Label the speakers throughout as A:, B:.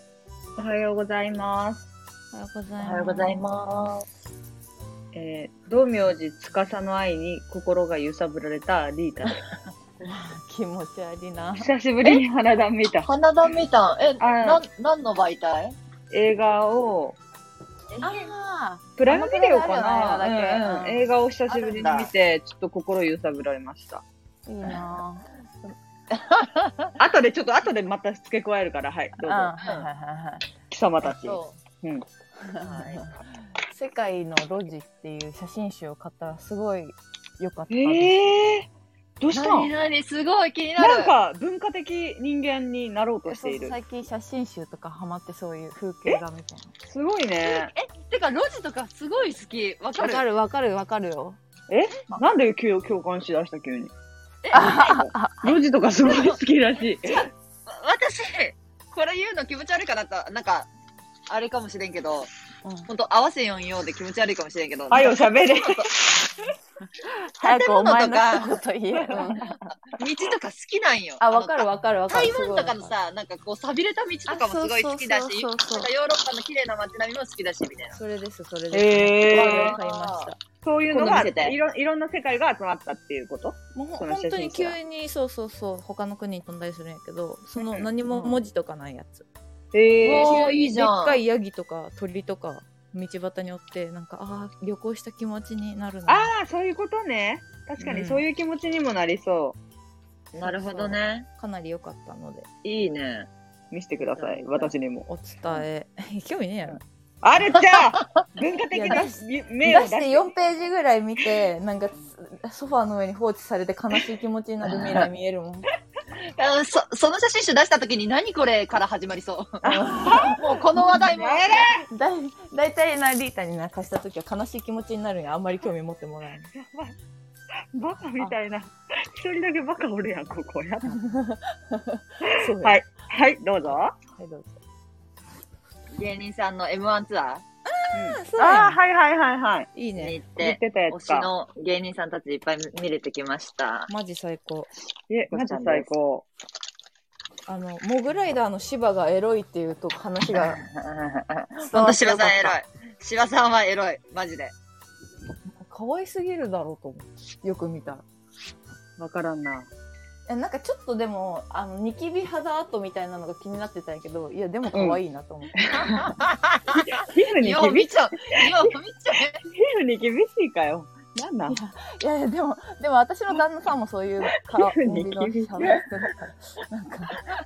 A: ようございます。
B: おはようございます。
C: おはようございます。
A: えー、道明寺司の愛に心が揺さぶられたリータ です。
B: す。気持ち悪いな。
A: 久しぶりに花壇見た。
C: 花壇見たんえ、
A: あ
C: なん、なんの媒体
A: 映画を、
B: あ
A: プライムビデオか
B: あの
A: な
B: プライムビデオあるよね
A: うんうん
B: あれだけ
A: 映画を久しぶりに見て、ちょっと心揺さぶられました。
B: あ、いいな。
A: 後でちょっと、後でまた付け加えるから、はい、
B: う、
A: どうんぞ。
B: はいはいはいはい。
A: 貴様たち。。
C: そううん
B: 世界の路地っていう写真集を買ったらすごい良かったです。
A: えー、どうした
C: なに
A: ん
C: なにすごい気になる。
A: なんか文化的人間になろうとしてい
B: そう
A: る。
B: 最近写真集とかハマってそういう風景画みたい
A: すごいね。
C: てか、路地とかすごい好き。
B: な。
C: わか
B: わ
C: る。
B: かるわかるわかるよ。
A: なんで急共感しだした急に。
C: え、
A: 路地とかすごい好きらしい。
C: 私、これ言うの気持ち悪いかなと、なんか、あれかもしれんけど、
B: うん、
C: ほんと合わせよんようで気持ち悪いかもしれんけど。
A: あよ、喋れ。
B: 早くお前の
C: 建
B: 一言言えよ。
C: 道とか好きなんよ。
B: あ、わか
C: あ
B: るわかるわ
C: の
B: かる。
C: 台湾とかのさ、なんかこう、寂れた道とかもすごい好きだし、
B: あそうそうそうそう
C: なんかヨーロッパの綺麗な街並みも好きだし、みたいな。
B: すごいわかる。それです、それです。
A: へ
C: ー
B: 買いました。
A: そういうの
C: 今度
A: が
C: 見せて
A: いろいろんな世界が集まったっていうこと
B: もうほ
A: この
B: 本
A: 写
B: 当
A: 真
B: に
A: 集は
B: 急にそうそうそう他の国に飛んだりするんやけどその
A: うん
B: 何も文字とかないやつ、
A: へ
C: う
A: ー
C: わーいいじゃん
B: でっかいヤギとか鳥とか道端におってなんかああ旅行した気持ちになるな
A: ああ、そういうことね。確か
B: う
A: に
B: ん
A: そういう気持ちにもなりそう。
C: なるほどね。
B: かなり良かったので
C: いいね。
A: 見せてください、私にも。
B: お伝え 興味ねえやろ
A: あれじゃ あ文化的
B: い
A: な
B: や出し
A: 目を出
B: 出して
A: して。
B: 4ページぐらい見てなんかソファーの上に放置されて悲しい気持ちになる未来見える もん
C: うんそその写真集出した時に何これから始ま りそう。もうこの話題も。
A: や
B: だい大体なリータに泣かした時は悲しい気持ちになるんやあんまり興味持ってもらえない
A: れバカみたいな。一人だけバカおるやん、ここ。やだ
B: そうや
A: は
B: はい
A: い。はい、どうぞ。
B: どうぞ
C: 芸人さんの M1 ツア
B: あそう
A: ああ、
B: や
A: はいはいはいはい。
B: いい
C: ー
B: ね
C: に行っ、
A: 言っててたや
C: 推
A: つ
C: し
A: か。
C: の芸人さんたちいっぱい見れてきました。
B: マジ最高
A: え、マジ最高。
B: あのモグライダーの芝がエロいっていうと話 が
C: ほんと、芝さんエロい。芝さんはエロい。マジで。
B: 可愛すぎるだろうと思うよく見たら
A: わからんな。
B: えなんかちょっとでもあのニキビ肌跡みたいなのが気になってたんやけどいやでも可愛いなと思って、
A: 皮膚に
C: よ
A: 厳
C: う
A: し
C: 見
A: い、
C: ちゃう。よう見ちゃ
A: 皮膚に厳しいかよ。なんなん
B: いやいやでもでも私の旦那さんもそういう 顔
A: 皮膚に
B: の
A: ニキビ
B: 肌してたからなん か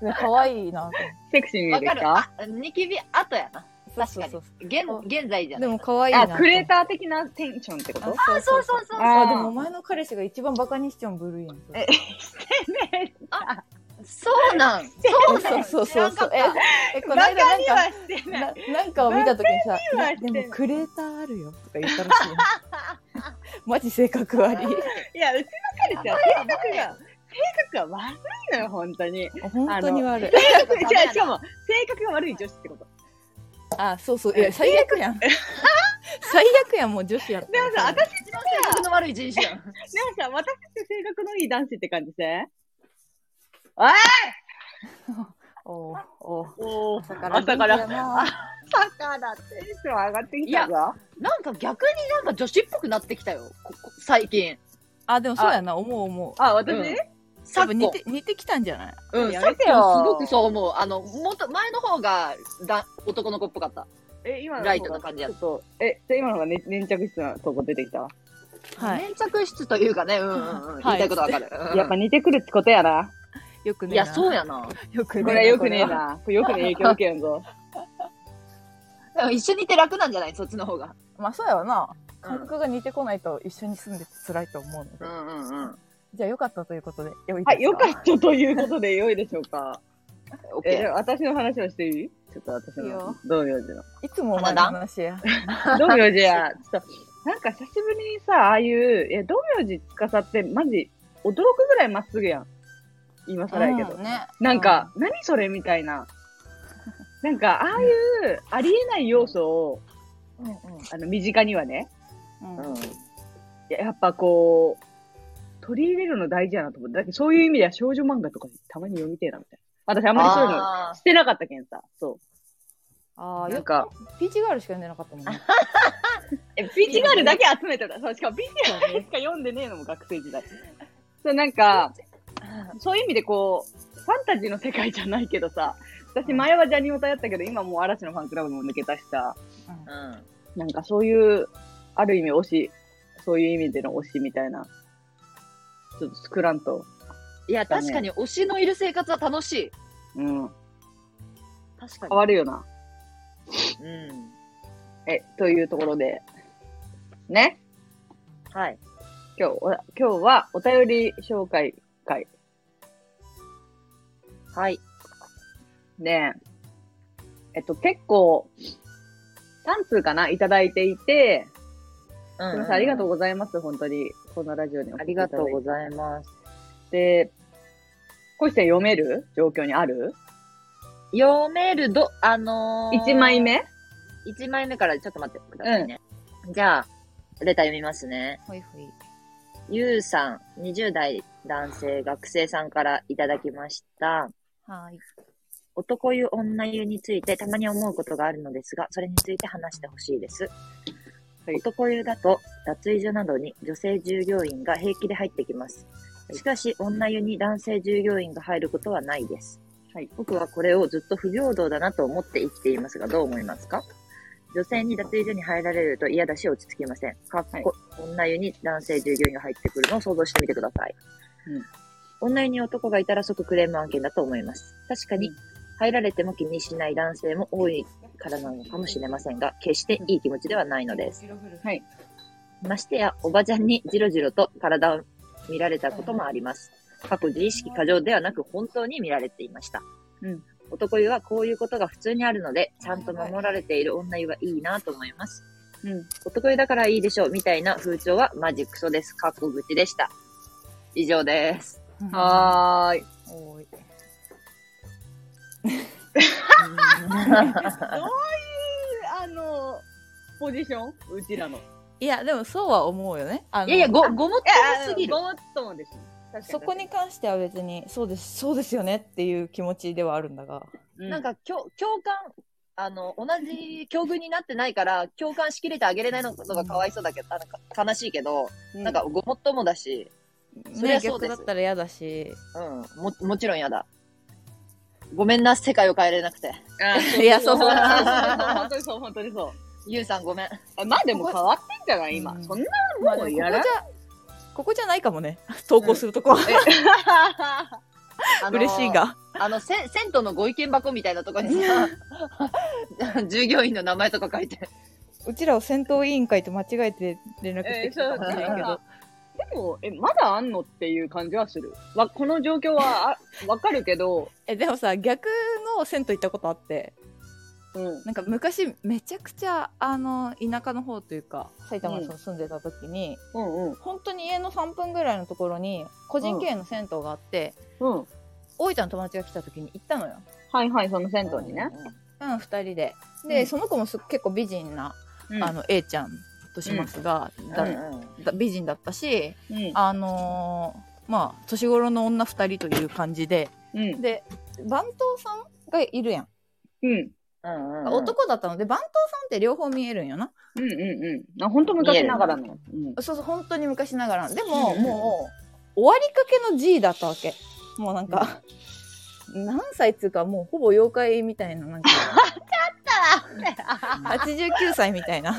B: ね可愛いなと思って
A: セクシーに見え
C: う。 わ
A: て
C: か
A: き
C: る。
A: た
C: あ、ニキビ後やな。確かに
B: そう。
C: 現、現在じゃ
B: で
C: ない。
B: も可愛いな
A: あ、
B: と思って
A: クレーター的なテンションってこと
B: あ
C: あ、そうそうそうそう。
A: あ
B: あ
A: ー
B: でもお前の彼氏が一番バカにしちゃう部類やん
A: え
C: そう なん。そうな
B: そ
C: ん。
B: うそうそうそう
C: 知らんかっ
B: ええこの
A: バカ
B: 間なん
A: に
B: か
A: はしてない。
B: ななんかを見たときにさ、い
A: バカには
B: や
A: して
B: で
A: ない
B: もクレーターあるよとか言ったらしいよ。 マジ性格悪
A: い
B: い。
A: や、うちの彼氏は性格が、性格が悪いのよ、本当に。
B: 本当に悪い。
A: 性
C: 格
A: 格、
C: が
A: じゃあしかも、性格が悪い女子ってこと。
B: あそうそう。いや、最悪やん。 最悪やん、もう女子やった
A: でもさ、
B: ら。
A: 私、で
C: た。一番性格の悪い人種やん。
A: もさ、私って性格のいい男子って感じして。ああ
B: おうおう
A: お
B: 朝から
A: 朝から
B: 元気やな
A: だから、テンション上がってきたぞ。
C: なんか逆になんか女子っぽくなってきたよ。ここ最近。
B: あ、でもそうやな、思う思う。
A: あ、私、
C: うん
B: 多
C: 昨
B: 分
C: 今
B: 似て、似てきたんじゃない
C: うん、
A: や
C: や
A: め
C: め
A: て
C: て
A: よ
C: すごくそう思う。あの、もっと前の方がだ男の子っぽかった。
A: え、今の
C: ライトな感じや
A: ちょっと、え、じゃあ今のが、ね、粘着質なとこ出てきた、
B: はい。
C: 粘着質というかね、うんうんうん。言いたいことわかる。うん
A: やっぱ似てくるってことやな。
B: よくね
C: い
B: えな。
C: や、そうやな。
B: よ
A: こ
B: くねえな。
A: れはよくねえ
B: こ
A: な。これよくねえ影響受けやんぞ。
C: でも一緒にいて楽なんじゃないそっちの方が。
B: れは。まあそうやわな。
C: う
B: 感
C: ん
B: 覚が似てこないと一緒に住んでて辛いと思うので
C: う。んうんうん。
B: じゃあよかったということで。良いです
A: はい、よかったということで良いでしょうか。
C: オッ
A: え、じ
C: ケ
A: ゃあ私の話をしていいちょっと私
B: いい
A: の
B: よ、
A: 道明寺の。
B: いつもお前の話や。
A: 道明寺 や、ちょっと、なんか久しぶりにさ、ああいう、いや、道明寺司ってマジ、驚くぐらいまっすぐやん。今更やけど。
B: うんね、
A: なんか、何それみたいな。なんか、ああいう、ありえない要素を、
B: うん、うん
A: あの、身近にはね、
B: うん
C: ー。
B: うん
C: うん。
A: いややっぱこう、取り入れるの大事やなと思って。だってそういう意味では少女漫画とかたまに読みてえなみたいな。私あんまりそういうの
C: あ
A: してなかったけんさ。そ
B: ああ、
A: な
B: よ
A: んか
B: く、ピーチガールしか読んでなかったもんね。
A: え、ピーチガールだけ集めてた。そう、しかもピーチガールしか読んでねえのも学生時代。そう、なんか、そういう意味でこう、ファンタジーの世界じゃないけどさ、私前はジャニオタやったけど、今もう嵐のファンクラブも抜けたしさ、
C: うん。
A: なんかそういう、ある意味推し、そういう意味での推しみたいな、ちょっと作らんと。
C: いや、確かに推しのいる生活は楽しい。
A: うん。
C: 確
A: 変
C: か
A: わるよな。
C: に。うん。
A: え、というところで、ね。
C: はい。
A: 今日、お今日はお便り紹介会。
C: はい。
A: で、えっと、結構、3通かないただいていて、
C: う
A: 皆さんありがとう
C: う
A: ございます、本当に。このラジオに
C: ん。ありがとうご
A: い
C: ざいます。
A: て。こいちゃん読める状況にある
C: 読めるど、あのー、
A: ?1 枚。目
C: 1枚目からちょっと待ってくださいね。じゃあ、レター読みますね。
B: ほいほい。
C: ゆうさん、20代男性学生さんからいただきました。
B: はい。
C: 男湯、女湯についてたまに思うことがあるのですが、それについて話してほしいです。
A: はい
C: 男湯だと、脱衣所などに女性従業員が平気で入ってきます。しかし、女湯に男性従業員が入ることはないです。
A: はい
C: 僕はこれをずっと不平等だなと思って生きていますが、どう思いますか女性に脱衣所に入られると嫌だし落ち着きません。かっこ、女湯に男性従業員が入ってくるのを想像してみてください。女湯に男がいたら即クレーム案件だと思います。確かに
A: うん、
C: 入られても気にしない男性も多いからなのかもしれませんが、決していい気持ちではないのです。
A: はい。
C: ましてや、おばちゃんにじろじろと体を見られたこともあります。過去自意識過剰ではなく本当に見られていました。
A: うん
C: 男湯はこういうことが普通にあるので、ちゃんと守られている女湯はいいなと思います。
A: うん。
C: 男湯だからいいでしょうみたいな風潮はマジクソです。過去口でした。以上です。
A: はーい。
B: おー い。
A: どういう、あの、ポジションうちらの。い
B: いや、でもそうは思うよね。あの
C: いやいや、ご、ごもっともすぎる。
A: ごもっともです。
B: そこに、関しては別に、そうです、そうですよねっていう気持ちではあるんだが。
C: なん、か、共共感、あの、同じ境遇になってないから、共感しきれてあげれないのがかわいそうだけど、あの悲しいけど、なんか、、ごもっともだし、そり
B: ね、
C: ゃそう
B: 逆
C: です
B: だったら嫌だし。
C: うん、も、もちろんやだ。ごめんな、世界を変えれなくて。
B: いや、そう
A: そうそ
B: そう
A: う
B: そう。
A: 本当にそう、本当にそう。
C: ゆうさんごめ ん。
A: あまあでも変わってんじゃない今、
B: うん
A: そんな
B: まあ
A: も
B: でも
A: うや
B: ここじ
A: ら
B: ゃ、ここじゃないかもね。投稿するとこは。
C: あの
B: 嬉しい。が。
C: あの、せ、銭湯のご意見箱みたいなとこにさ、 従業員の名前とか書いて。
B: うちらを戦闘委員会と間違えて連絡してきたかもしれんけど。
A: でもえまだあんのっていう感じはするわこの状況はあわかるけど、
B: え、でもさ、逆の銭湯行ったことあって。
A: うん、
B: なんか昔めちゃくちゃあの田舎の方というか埼玉に住んでた時に、
A: うんうん
B: 本当に家の3分ぐらいのところに個人経営の銭湯があって、
A: うん
B: 大分の友達が来た時に行ったのよ、
A: はいはいその銭湯にね、
B: うん、2人でで、
A: うん
B: その子もす結構美人な、
A: うん
B: あの A ちゃんとしますが、
C: うん。
B: だ
C: うん
B: だ美人だったし
A: うん
B: あのーまあ年頃の女2人という感じで
A: うん
B: で番頭さんがいるやん、
A: うん
C: うんうん。
B: 男だったので番頭さんって両方見えるんよな
A: うんうんうんあ本当昔ながらのやつ、うん、
B: そうそう、本当に昔ながら。でも、
A: うん
B: もう、終わりかけの G だったわけ。もうなんか、何歳っつうか、もうほぼ妖怪みたいな、なん か、89歳みたいな。
C: うん。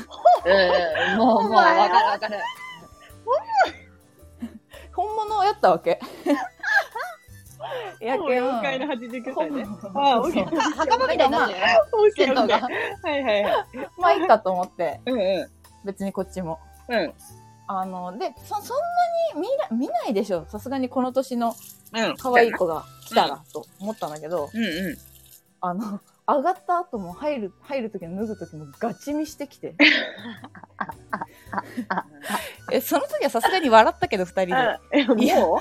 C: もう、もう、わかるわかる。
B: 本物やったわけ。 やけん
A: 妖怪の89
B: ほ
A: 歳
B: ぼ
A: ねあオッケー
C: 墓場みた いになるね。
A: オッケ
C: 銭
A: ーオ
C: 湯
A: ッケー
C: が。
A: はいはいはい
B: まあいいかと思って、
A: うんう
B: 別にこっちも。
A: んうん
B: あの、で、そそんなに見な見ないでしょ。さすがにこの年の
A: うん
B: 可愛い子が来たら、と思ったんだけど、
A: うんうん
B: あの、上がった後も入る、入る時も脱ぐ時もガチ見して きて。え、その時はさすがに笑ったけど、二人で。
A: あえ
B: いや
A: も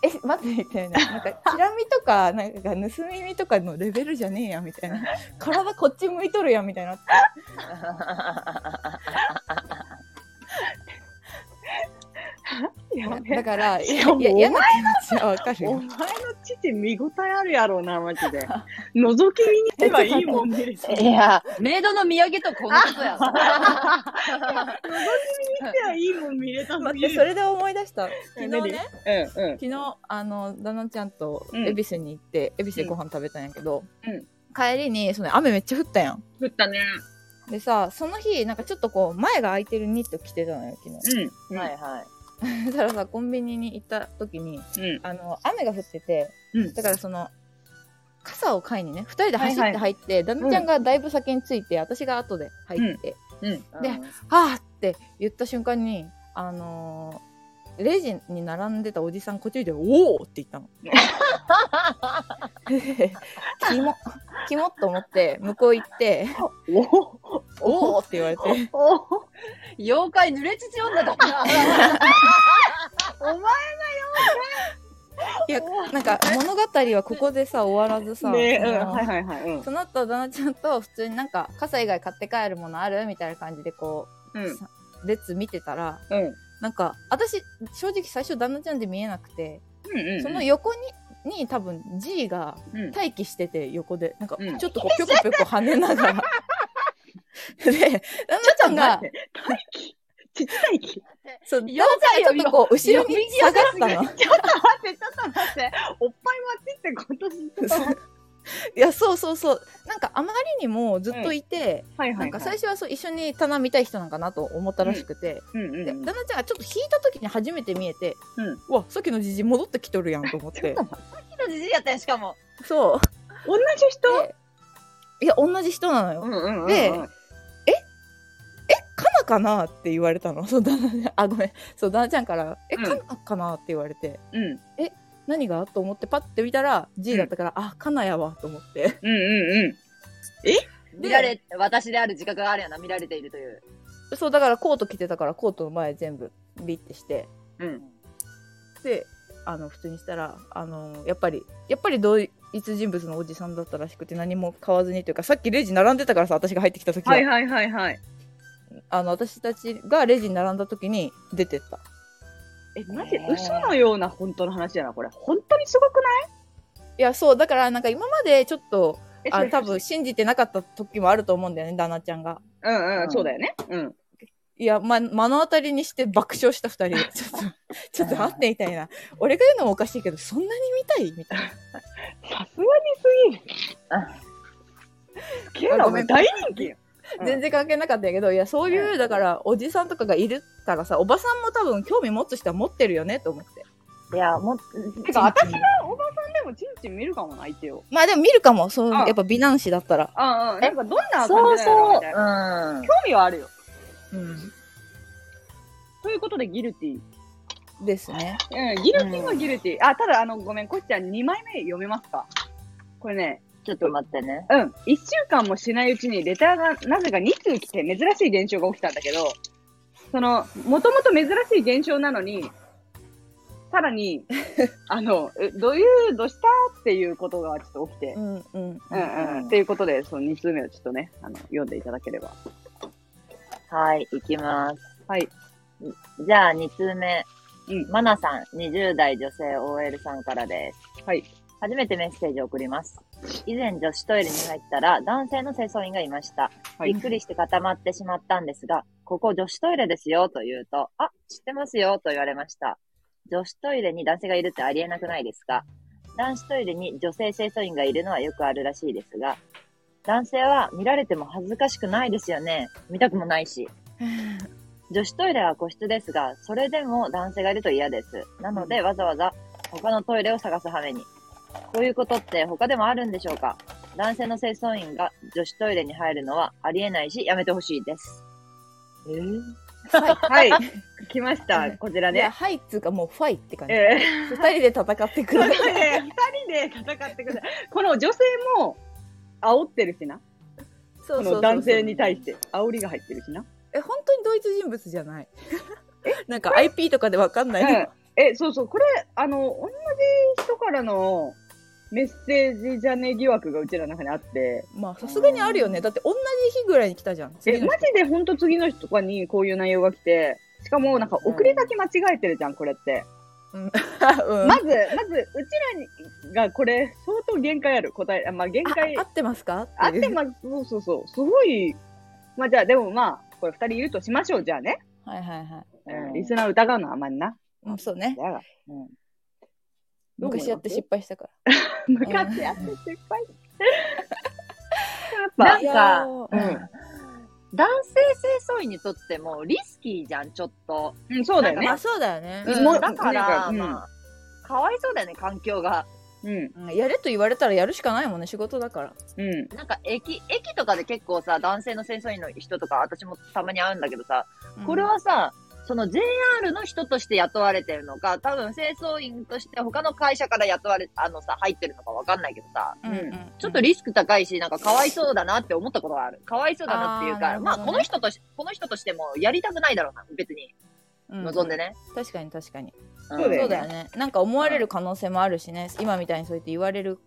B: え、待って、みたいな。なんか、チラ見とか、なんか、盗み見とかのレベルじゃねえや、みたいな。体こっち向いとるやん、みたいなって。
A: やべ
B: だから、い
A: し
B: や
A: かも
B: いや嫌な気持ちはわかる
A: お
B: よ
A: 前。の父見応えあるやろうな、マ ジで。覗き見に行けばいいもん見る し。覗き
D: い
A: 見に
D: や、
C: メイドの土産とこのことやろ。
A: 行けばいいもん見れたの
B: 待
A: に
B: って、それで思い出した。昨日
A: 何
B: ね、
A: うんうん。
B: 昨日、あの、旦那ちゃんと
A: うん
B: 恵比寿に行って、恵比寿でご飯食べたんやけど
A: うん、
B: 帰りに、その雨めっちゃ降ったやん。
A: 振ったね。
B: でさ、その日、なんかちょっとこう、前が空いてるニット着てたのよ、昨日。
A: うん。。
D: はいいはい。
B: そしたらさ、コンビニに行った時に、
A: うん。
B: あの、雨が降ってて、
A: うん
B: だからその、傘を買いにね、二人で走
A: は
B: っ
A: い
B: て
A: は
B: 入って、旦那ちゃんがだいぶ先について、私が後で入って、で
D: うん
B: はぁって言った瞬間に、あのーレジに並んでたおじさん、こっち見て、おおって言 ったの。キモ、キモっと思って、向こう行って、
A: おお
B: おおって言われて、
A: おお
C: 妖怪濡れ乳女だ った。
A: 前が
B: いや、なんか物語はここでさ、終わらずさ、
A: ねうん。
B: あの
A: はいはいはい。うん。
B: その後、旦那ちゃんと普通になんか、傘以外買って帰るものあるみたいな感じで、こ
A: うん。
B: う、列見てたら、
A: うん。
B: なんか、私、正直最初旦那ちゃんで見えなくて、
A: うんうん。
B: その横に、に多分 G が
A: うん
B: 待機してて横でなんか
A: うん
B: ちょっとこうぴょこぴょこ跳ねなが らで旦那ちゃんが
A: 待って大気ちっちゃい気
B: そう旦那ちゃんがちょっとこう後ろに下がったの
A: ちょっと待って、ちょっと待って。おっぱい待ちってこと
B: いやそうそうそうなんかあまりにもずっといて、
A: はい
B: なんか最初はそう一緒に棚見たい人なんかなと思ったらしくて、
A: うんうん
B: で
A: うん。
B: 旦那ちゃんがちょっと引いた時に初めて見えて、
A: う
B: うんわさっきのじじ戻ってきとるやんと思って
A: ちょっ
C: のじじいやったよしかも。
B: そう
A: 同じ人
B: でいや同じ人なのよ、
A: うんうんうんうん。
B: でえカナかなって言われたのそう旦那ちゃんあごめんそう旦那ちゃんから「え
A: うん
B: カナかな?」って言われて
A: うん
B: 何がと思ってパッて見たら G だったから「あカナやわ」と思って
A: うんうんうん。
C: 見られ、私である自覚があるよな、見られているという。
B: そうだからコート着てたからコートの前全部ビッてして
A: うん
B: であの普通にしたらあのやっぱりやっぱり同一人物のおじさんだったらしくて何も買わずにというかさっきレジ並んでたからさ私が入ってきた時は、
A: はいはいはいはい。
B: あの私たちがレジに並んだ時に出てった
A: え、マジ嘘のような本当の話だな、これ。本当にすごくない
B: いやそうだからなんか今までちょっと
A: えそ
B: あ
A: れ
B: 多分信じてなかった時もあると思うんだよね旦那ちゃんが
A: うんう、
D: うんん
A: そうだよね。うん。
B: いや、ま、目の当たりにして爆笑した二人ちょっとちょっと待ってみた いな俺が言うのもおかしいけどそんなに見たいみたいな
A: さすがにすぎる。好きな
B: あ
A: の
B: ごめん
A: 大人気よ。うん
B: 全然関係なかったんやけどいやそういううんだからおじさんとかがいるからさおばさんも多分興味持つ人は持ってるよねと思って
D: いや、もう、
A: てか、私がおばさんでもちんちん見るかもな、相手を。
B: まあでも見るかもそう
A: あ
B: やっぱ美男子だったら、
A: ああ、なんかどんな
D: そ
A: 感
D: う
A: じなの
D: そう。
A: み
D: う
A: たい
D: ん。
A: な。興味はあるよ。
B: う
A: ということで、ギルティー。
B: ん、ですね
A: うん、ギルティーはギルティー。あ、ただ、あの、ごめん、こっちゃん2枚目読めますかこれね、
D: ちょっと待ってね。
A: うん、1週間もしないうちにレターがなぜか2通来て珍しい現象が起きたんだけど、その、もともと珍しい現象なのに、さら に、あの、えどういう、どうしたっていうことがちょっと起きて
B: う、んうん
A: うんうんうん。っていうことで、その2通目をちょっとね、あの、読んでいただければ。
D: はい、いきます。
A: はい。
D: じゃあ、2通目。
A: うん
D: マナさん、20代女性 OL さんからです。
A: はい。
D: 初めてメッセージを送ります。以前女子トイレに入ったら男性の清掃員がいました。
A: はい
D: びっくりして固まってしまったんですが、ここ女子トイレですよと言うと、あ、知ってますよと言われました。女子トイレに男性がいるってありえなくないですか男子トイレに女性清掃員がいるのはよくあるらしいですが、男性は見られても恥ずかしくないですよね。見たくもないし。女子トイレは個室ですが、それでも男性がいると嫌です。なので、わざわざ他のトイレを探す羽目に。こういうことって他でもあるんでしょうか男性の清掃員が女子トイレに入るのはありえないし、やめてほしいです。えー、
A: はい。来ました。こちら
B: いや
A: ね。
B: はいっつうかもうファイって感じ
A: えー
B: 二人で戦ってく
A: それ
B: る
A: で二人で戦ってく ださい。この女性も煽ってるしな。
B: そ
A: こ
B: うそうそうそ
A: の
B: う
A: 男性に対して煽りが入ってるしな。
B: え本当に同一人物じゃないなんか IP とかでわかんない、
A: うん、え、そうそう。これ、あの、同じ人からのメッセージじゃねえ疑惑がうちらの中にあって、
B: まあさすがにあるよねだって同じ日ぐらいに来たじゃん
A: え、
B: の
A: マジで本当次の日とかにこういう内容が来て、しかも、なんか送り先間違えてるじゃん、これって。
B: うん
A: まず、まず、うちらにがこれ、相当限界ある答え、あまあ限
B: あ
A: 界
B: 合ってますかって
A: あっ
B: いう
A: てます。そうそうそう。すごい。まあじゃあ、でもまあ、これ二人いるとしましょう、じゃあね。
B: はいはいはい。
A: うん、リスナー疑うのはあんまりな。
B: うん、そうね。
A: だがうん。どう思います
B: 昔やって失敗したから。
A: 昔やって失敗した。やっ
C: なんか
B: う
A: ぱ、
C: 男性清掃員にとってもリスキーじゃん、ちょっと。
A: うん、うん、そうだよ
B: ん、ま
A: ね
B: あ。そうだよね。
A: うんもう
C: だか
A: う
C: ら、
A: ん
C: まあ、かわいそうだよね、環境が。
A: うん、
B: うんやれと言われたらやるしかないもんね、仕事だから。
A: うん、
C: なんか駅、駅とかで結構さ、男性の清掃員の人とか、私もたまに会うんだけどさ、これはさ、その JR の人として雇われてるのか、多分清掃員として他の会社から雇われ、あのさ、入ってるのかわかんないけどさ、
B: うん、うんうん
C: ちょっとリスク高いし、なんかかわいそうだなって思ったことがある。かわいそうだなっていうか、
B: あーなるほど
C: ま
B: ね
C: あこの人とし、この人としてもやりたくないだろうな、別に。
B: うん
C: 望んでね。
B: 確かに確かに。
A: んそうだよね
B: そうだよね。なんか思われる可能性もあるしね、今みたいにそうやって言われる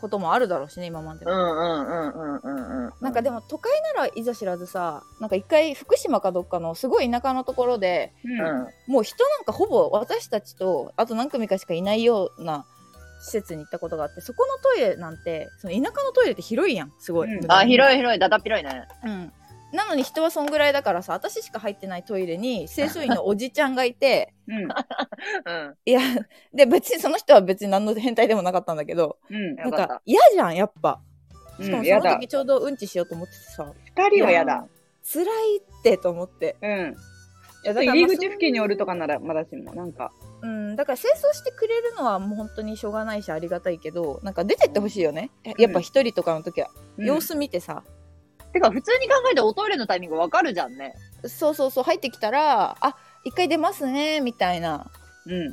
B: こともあるだろうしね、今まで
C: う
B: も。
C: んうんうんうんうんうん。
B: なんかでも都会ならいざ知らずさなんか一回福島かどっかのすごい田舎のところで
A: うん、
C: うん、
B: もう人なんかほぼ私たちとあと何組かしかいないような施設に行ったことがあってそこのトイレなんてその田舎のトイレって広いやんすごい、
A: うん
C: あ、
B: い、
C: 広い広い、だだっ広いね。
B: うん、なのに人はそんぐらいだからさ私しか入ってないトイレに清掃員のおじちゃんがいて
A: うん、
C: うん。
B: いやで別にその人は別に何の変態でもなかったんだけど
A: うん
B: なん
C: よかっ
B: か
C: た
B: 嫌じゃんやっぱ
A: う
B: しか
A: ん、
B: もそ
A: や
B: の
A: だ
B: 時。ちょうどうんちしようと思っててさ
A: 二人はやだ。
B: 辛いってと思って
A: うん。
B: いやだから
A: 入
B: ま
A: り
B: あ
A: 口付近におるとかならまだしも、なんか。
B: うん、だから清掃してくれるのはもう本当にしょうがないしありがたいけどなんか出てってほしいよね、やっぱ一人とかの時は、
A: うん
B: 様子見てさ
C: てか、普通に考えておトイレのタイミングわかるじゃんね。
B: そうそうそう入ってきたらあ一回出ますねみたいな
A: うん。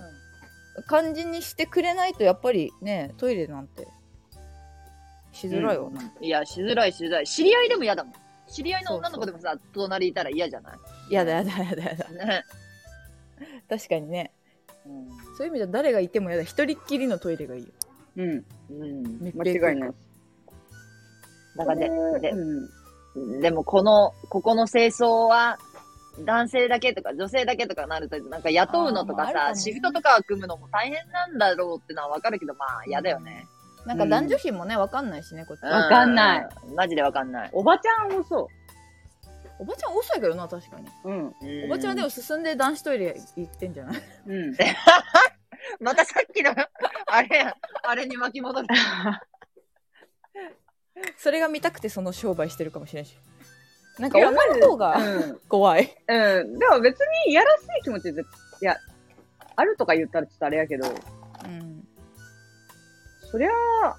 B: 感じにしてくれないとやっぱりねトイレなんてしづらいわな、
C: いや、しづらいしづらい。知り合いでも嫌だもん。知り合いの女の子でもさ、隣いたら嫌じゃない
B: やだやだやだやだ
C: ね。
B: 確かにね
C: うん
B: そういう意味では誰がいてもやだ一人っきりのトイレがいいよ
A: うん。
C: うん。
B: 密閉
A: 間違いない。
C: だからね、で
A: うん。
C: でもこの、ここの清掃は、男性だけとか女性だけとかなると、なんか雇うのとか
B: あーまああるか
C: さ、
B: もね
C: シフトとか組むのも大変なんだろうってのはわかるけど、まあ嫌だよね。
B: なんか男女比もねわかんないしねこっち、
C: う
A: わかんない。
C: マジでわかんない。
A: おばちゃんもそ
B: おばちゃん遅いけどな確かに
A: う。うん。
B: おばちゃんはで
C: も、
B: も進んで男子トイレ行ってんじゃない
A: うん。
C: またさっきの、あれや、あれに巻き戻る。
B: それが見たくてその商売してるかもしれんし。なんか
A: いや
B: 女
A: まず
B: の方が
A: うん
B: 怖い。
A: うん。でも別にやらしい気持ちで、いや、あるとか言ったらちょっとあれやけど、
B: うん、
A: そりゃあ、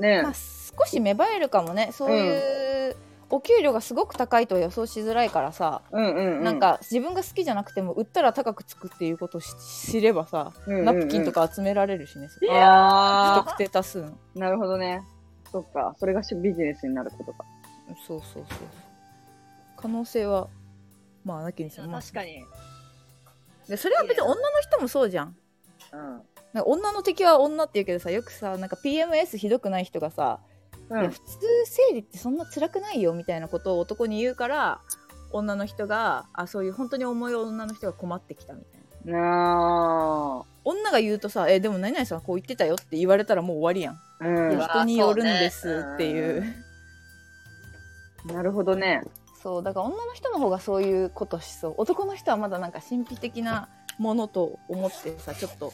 A: ね
B: まあ少し芽生えるかもね。そういうお給料がすごく高いとは予想しづらいからさ。
A: うんうんうん。
B: なん、か自分が好きじゃなくても売ったら高くつくっていうことをし知ればさ、
A: うんうんうん
B: ナプキンと。か集められるしね。不
A: あ
B: 特定多数の。
A: あ、なるほどね。そっか。それがビジネスになることか。
B: そうそうそう。可能性はまあなきにしもあらず
C: 確かに。
B: でそれは別に女の人もそうじゃん。
C: うん。
B: なんか女の敵は女って言うけどさよくさなんか PMS ひどくない人がさ、
A: う
B: いや
A: ん
B: 普。通生理ってそんな辛くないよみたいなことを男に言うから女の人があそういう本当に重い女の人が困ってきたみたい
A: な
B: な
A: あ。
B: 女が言うとさ「えでも何々さんこう言ってたよ」って言われたらもう終わりやん
A: うん
C: うわ
B: 人によるんですっていう
C: そう
B: そう,、
A: なるほどね。
B: だから女の人の方がそういうことしそう男の人はまだなんか神秘的なものと思ってさちょっと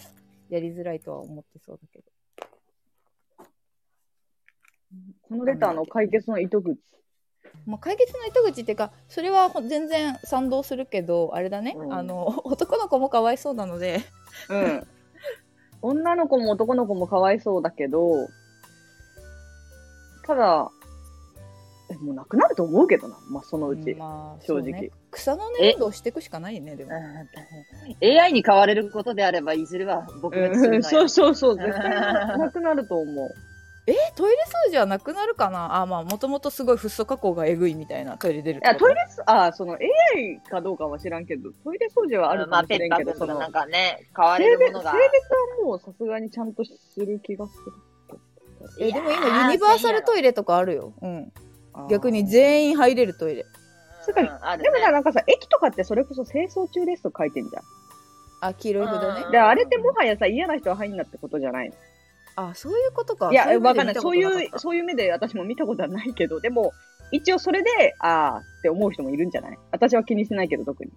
B: やりづらいとは思ってそうだけど
A: このレターの解決の糸口。
B: まあ、解決の糸口っていうかそれはほん全然賛同するけどあれだね、
C: うん
B: あの 男の子もかわいそうなので
A: うん。女の子も男の子もかわいそうだけど、ただ、えもうなくなると思うけどな。まあ、そのうち。
B: まあ
A: 正直
B: そうね草の根運動していくしかないねでも
C: うん AI に変われることであれば、いずれは撲滅す
A: う
C: るのよ
A: ん、そうそうそう。絶対ななくなると 思う。
B: えトイレ掃除はなくなるかなあまあもともとすごいフッ素加工がえぐいみたいなトイレ出る
A: いや、トイレす、あ、その AI かどうかは知らんけど、トイレ掃除はある
C: ま
A: か
C: あ、
A: もし
C: ペ
A: れ
C: ッ
A: ん
C: パ
A: けど、
C: ー
A: そ
C: 君とか
A: の、
C: なんかね、変わ
A: 性
C: れる
A: 別、性
C: も
A: 別
C: の
A: は
C: が。
A: もうさすがにちゃんとする気がする。
B: えでも今ユニバーサルトイレとかあるよ、うん、逆に全員入れるトイレ
A: すごい
C: うんある
A: でも
C: ね
A: さ、なんかさ、駅とかってそれこそ清掃中ですと書いてんじゃん。
B: あ、黄色い札ね
C: うん。
A: で、あれってもはやさ、嫌な人は入んなってことじゃないの
B: あ、そういうことか。
A: いや、
B: そうう目
A: わ
B: で
A: かんない。
B: 見た
A: そ
B: こ
A: う
B: と
A: いう
B: か、った
A: そういう目で私も見たことはないけど、でも、一応それで、ああって思う人もいるんじゃない私は気にしないけど、特に。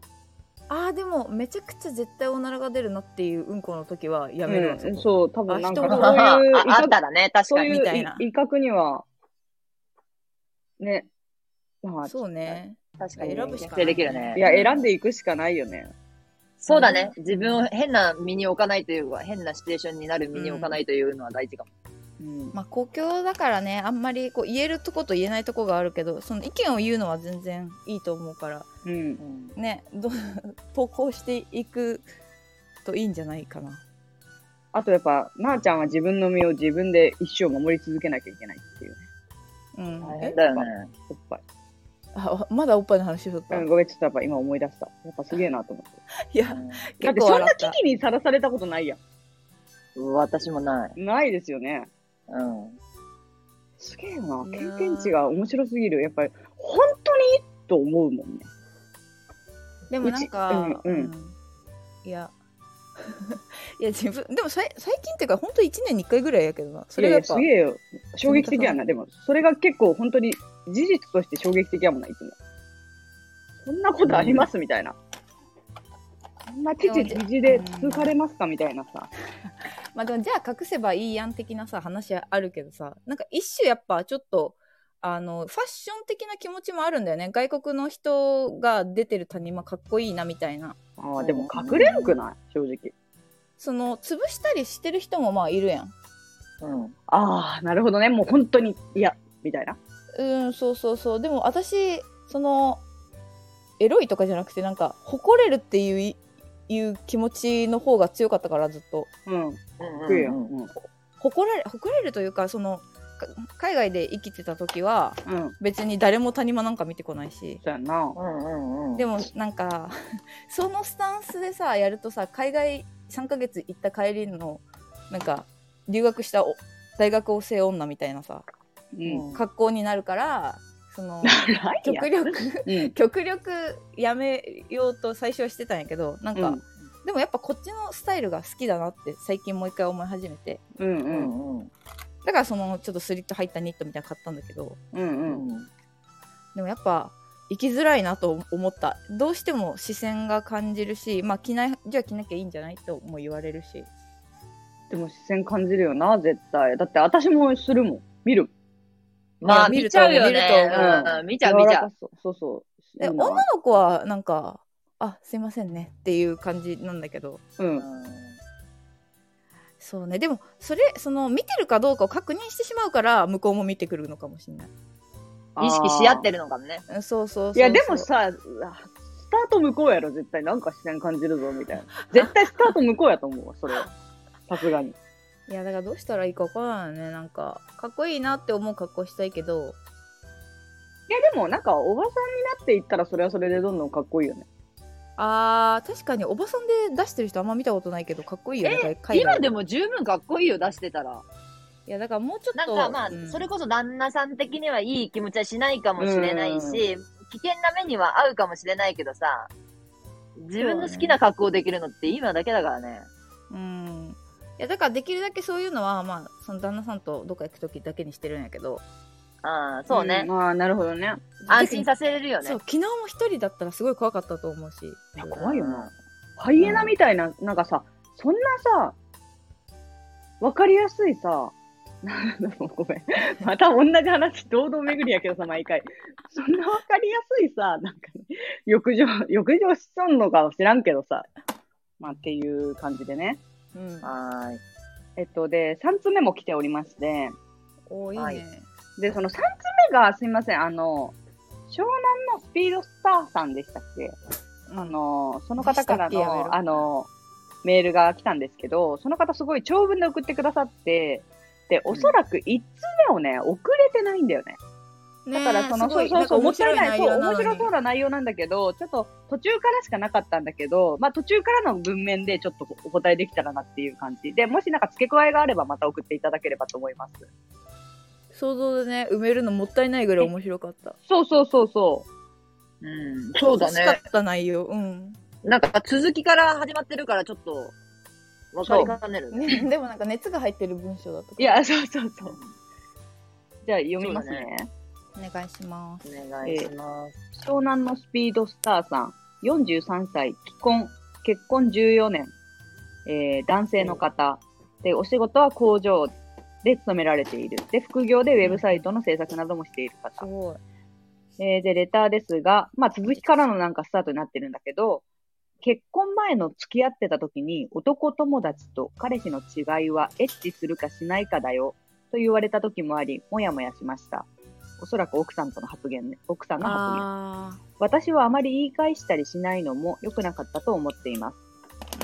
B: あー、でも、めちゃくちゃ絶対おならが出るなっていううんこの時はやめるわ、
A: うん
B: そこ
A: そう、多分なんか
B: あ人
A: そう
B: が
A: いう
C: あ
A: 威
C: あっ
A: 嚇、
C: たらね、確
A: そ
C: か
A: う
C: に。
A: い
B: みたいうな
A: 威嚇には、ね、まあ、
B: そうね。
C: 確かに。
B: 選ぶしかない
C: 否定できるね。
A: いや、選んでいくしかないよね。
C: そうだね。自分を変な身に置かないというか、変なシチュエーションになる身に置かないというのは大事かも。
A: うん。
B: まあ、公共だからね、あんまりこう言えるとこと言えないとこがあるけど、その意見を言うのは全然いいと思うから、
A: うん。
C: うん
B: ね、どう 投稿していくといいんじゃないかな。
A: あとやっぱ、なあちゃんは自分の身を自分で一生守り続けなきゃいけないっていうね。
B: うん。え
C: だよね。
A: おっぱい。
B: あまだおっぱいの話しとった。
A: うん、
B: い
A: ごめん、ちょっとやっぱ今思い出した。やっぱすげえなと思って。
B: や、
A: だっ
B: 結
A: て
B: 構
A: そん
B: 笑
A: な
B: った。
A: 危。機にさらされたことないやん。
C: うん私もない。
A: ないですよね。
C: うん。
A: すげえない経
B: やー
A: 験値が面白すぎる。やっぱり、本当にと思うもんね。
B: でもなんか、
A: うちうんうん
B: いや、 いや自分、でもさい最近っていうか、本当1年に1回ぐらいやけどな。それがやっぱ
A: いやいやすげえよ。衝撃的やな。でも、それが結構本当に事実として衝撃的やもんな、いつも。そんなことあります、みたいな。そんな父、肘でつつかれますかみたいなさ。
B: まあでもじゃあ隠せばいいやん的なさ話はあるけどさなんか一種やっぱちょっとあのファッション的な気持ちもあるんだよね外国の人が出てる谷間かっこいいなみたいな
A: ああ、でも隠れんくない正直。
B: その潰したりしてる人もまあいるやん
C: うん。
A: ああ、なるほどね。もう本当に、いや、みたいな。
B: うんそうそうそうでも私そのエロいとかじゃなくてなんか誇れるっていういいう気持ちの方が強かったからずっと
A: うん。
C: うん
A: 食えよ。
C: うん
A: うん。
B: 誇られ誇れるというかそのか海外で生きてた時は
A: うん。
B: 別に誰も谷間なんか見てこないし
A: そうやんな。
C: うんうん。
B: でもなんか そのスタンスでさやるとさ海外3ヶ月行った帰りのなんか留学したお大学生女みたいなさ
A: うん。
B: 格好になるからその
A: ライ
B: 極力
A: うん。
B: 極力やめようと最初はしてたんやけどなんか、
A: うん
B: でもやっぱこっちのスタイルが好きだなって最近もう一回思い始めて
A: うん
C: う
A: うん。
C: んうん。
B: だからそのちょっとスリット入ったニットみたいなの買ったんだけど
A: うんうん。
B: でもやっぱ生きづらいなと思ったどうしても視線が感じるしまあ着ないじゃあ着なきゃいいんじゃないとも言われるし
A: でも視線感じるよな、絶対。だって私もするもん。見る。
C: まあ、
B: 見
C: 見
B: る
C: ち
B: と
C: ゃうよ
B: 見る
C: ね。
A: と
C: うんうん見ちゃう、見ちゃ
A: 柔ら
C: う
A: か。そう。そうそう。
B: で
A: いい
B: 女
A: な
B: の子はなんか「あすいませんね」っていう感じなんだけど
A: うん。
B: そうねでもそれその見てるかどうかを確認してしまうから向こうも見てくるのかもしれない
A: あー
C: 意識し合ってるのかもね。
B: うんそうそうそう
A: い
B: そうい
A: や、でもさ、うわスタート向こうやろ、絶対。なんか視線感じるぞ、みたい な。絶対スタート向こうやと思うわ、それは。さすがに。
B: いやだからどうしたらいいか分からないよねなんかかっこいいなって思う格好したいけど
A: いや、でも、なんか、おばさんになっていったら、それはそれでどんどんかっこいいよね。
B: あー確かにおばさんで出してる人あんま見たことないけどかっこいいよね海
C: 今
B: 外
C: でも十分かっこいいよ、出してたら。
B: いやだからもうちょ
C: な
B: っ
C: ん
B: と
C: かまあ、
B: うん
C: それこそ旦那さん的にはいい気持ちはしないかもしれない
A: うん
C: し、危険な目には合うかもしれないけどさ、自分の好きな格好できるのって今だけだからね。
B: うんいやだからできるだけそういうのはまあその旦那さんとどっか行く時だけにしてるんやけど
C: ああ、そうね。
A: んああ、なるほどね。
C: 安心させれるよね。
B: そう昨日も一人だったらすごい怖かったと思うし
A: いや、怖いよな。ハイエナみたいな、なんかさ、そんなさ、わかりやすいさ、なんだろうごめん。 また同じ話、堂々巡りやけどさ、毎回。そんなわかりやすいさ、なんか、ね、浴場、浴場しとんのかは知らんけどさ。まあ、っていう感じでね。
B: うん
C: はーい。
A: えっと、で、3つ目も来ておりまして、
B: おーいいね、
C: はい
A: で、その3つ目が、すいません、あの、湘南のスピードスターさんでしたっけ
B: うん
A: あの、その方から
B: でしたっけやめ
A: の、
B: ろ
A: あの、メールが来たんですけど、その方すごい長文で送ってくださって、で、おそらく1通目をね、遅れてないんだよね。
B: ねえ
A: だから、その、
B: すご
A: そう
B: い
A: そうそう、
B: なんか面白い
A: もった
B: 内
A: な
B: 容
A: い、そう、
B: な
A: 面白そう
B: だ
A: な内容なんだけど、ちょっと途中からしかなかったんだけど、まあ途中からの文面でちょっとお答えできたらなっていう感じで、もしなんか付け加えがあればまた送っていただければと思います。
B: 想像でね埋めるのもったいないぐらい面白かった
A: そうそうそうそう。
C: うん。
D: そうだ
B: 欲しか
D: ね
B: っ。た内容。うん。
C: なんか続きから始まってるからちょっと、わかりかねる。
B: ね、 でもなんか熱が入ってる文章だとか。
A: い、や、そうそうそう。じゃあ読みますね。
B: お願いします。
C: お願いします。
A: 湘南のスピードスターさん、43歳、既婚、結婚14年、えー男性の方。で、お仕事は工場で勤められている。で、副業でウェブサイトの制作などもしている
B: す
A: 方。
B: ごい。
A: えーで、レターですが、まあ、続きからのなんかスタートになってるんだけど、結婚前の付き合ってた時に男友達と彼氏の違いはエッチするかしないかだよと言われた時もあり、もやもやしました。おそらく奥さんとの発言ね、奥さんの発言。
B: あ
A: 私はあまり言い返したりしないのも良くなかったと思っています。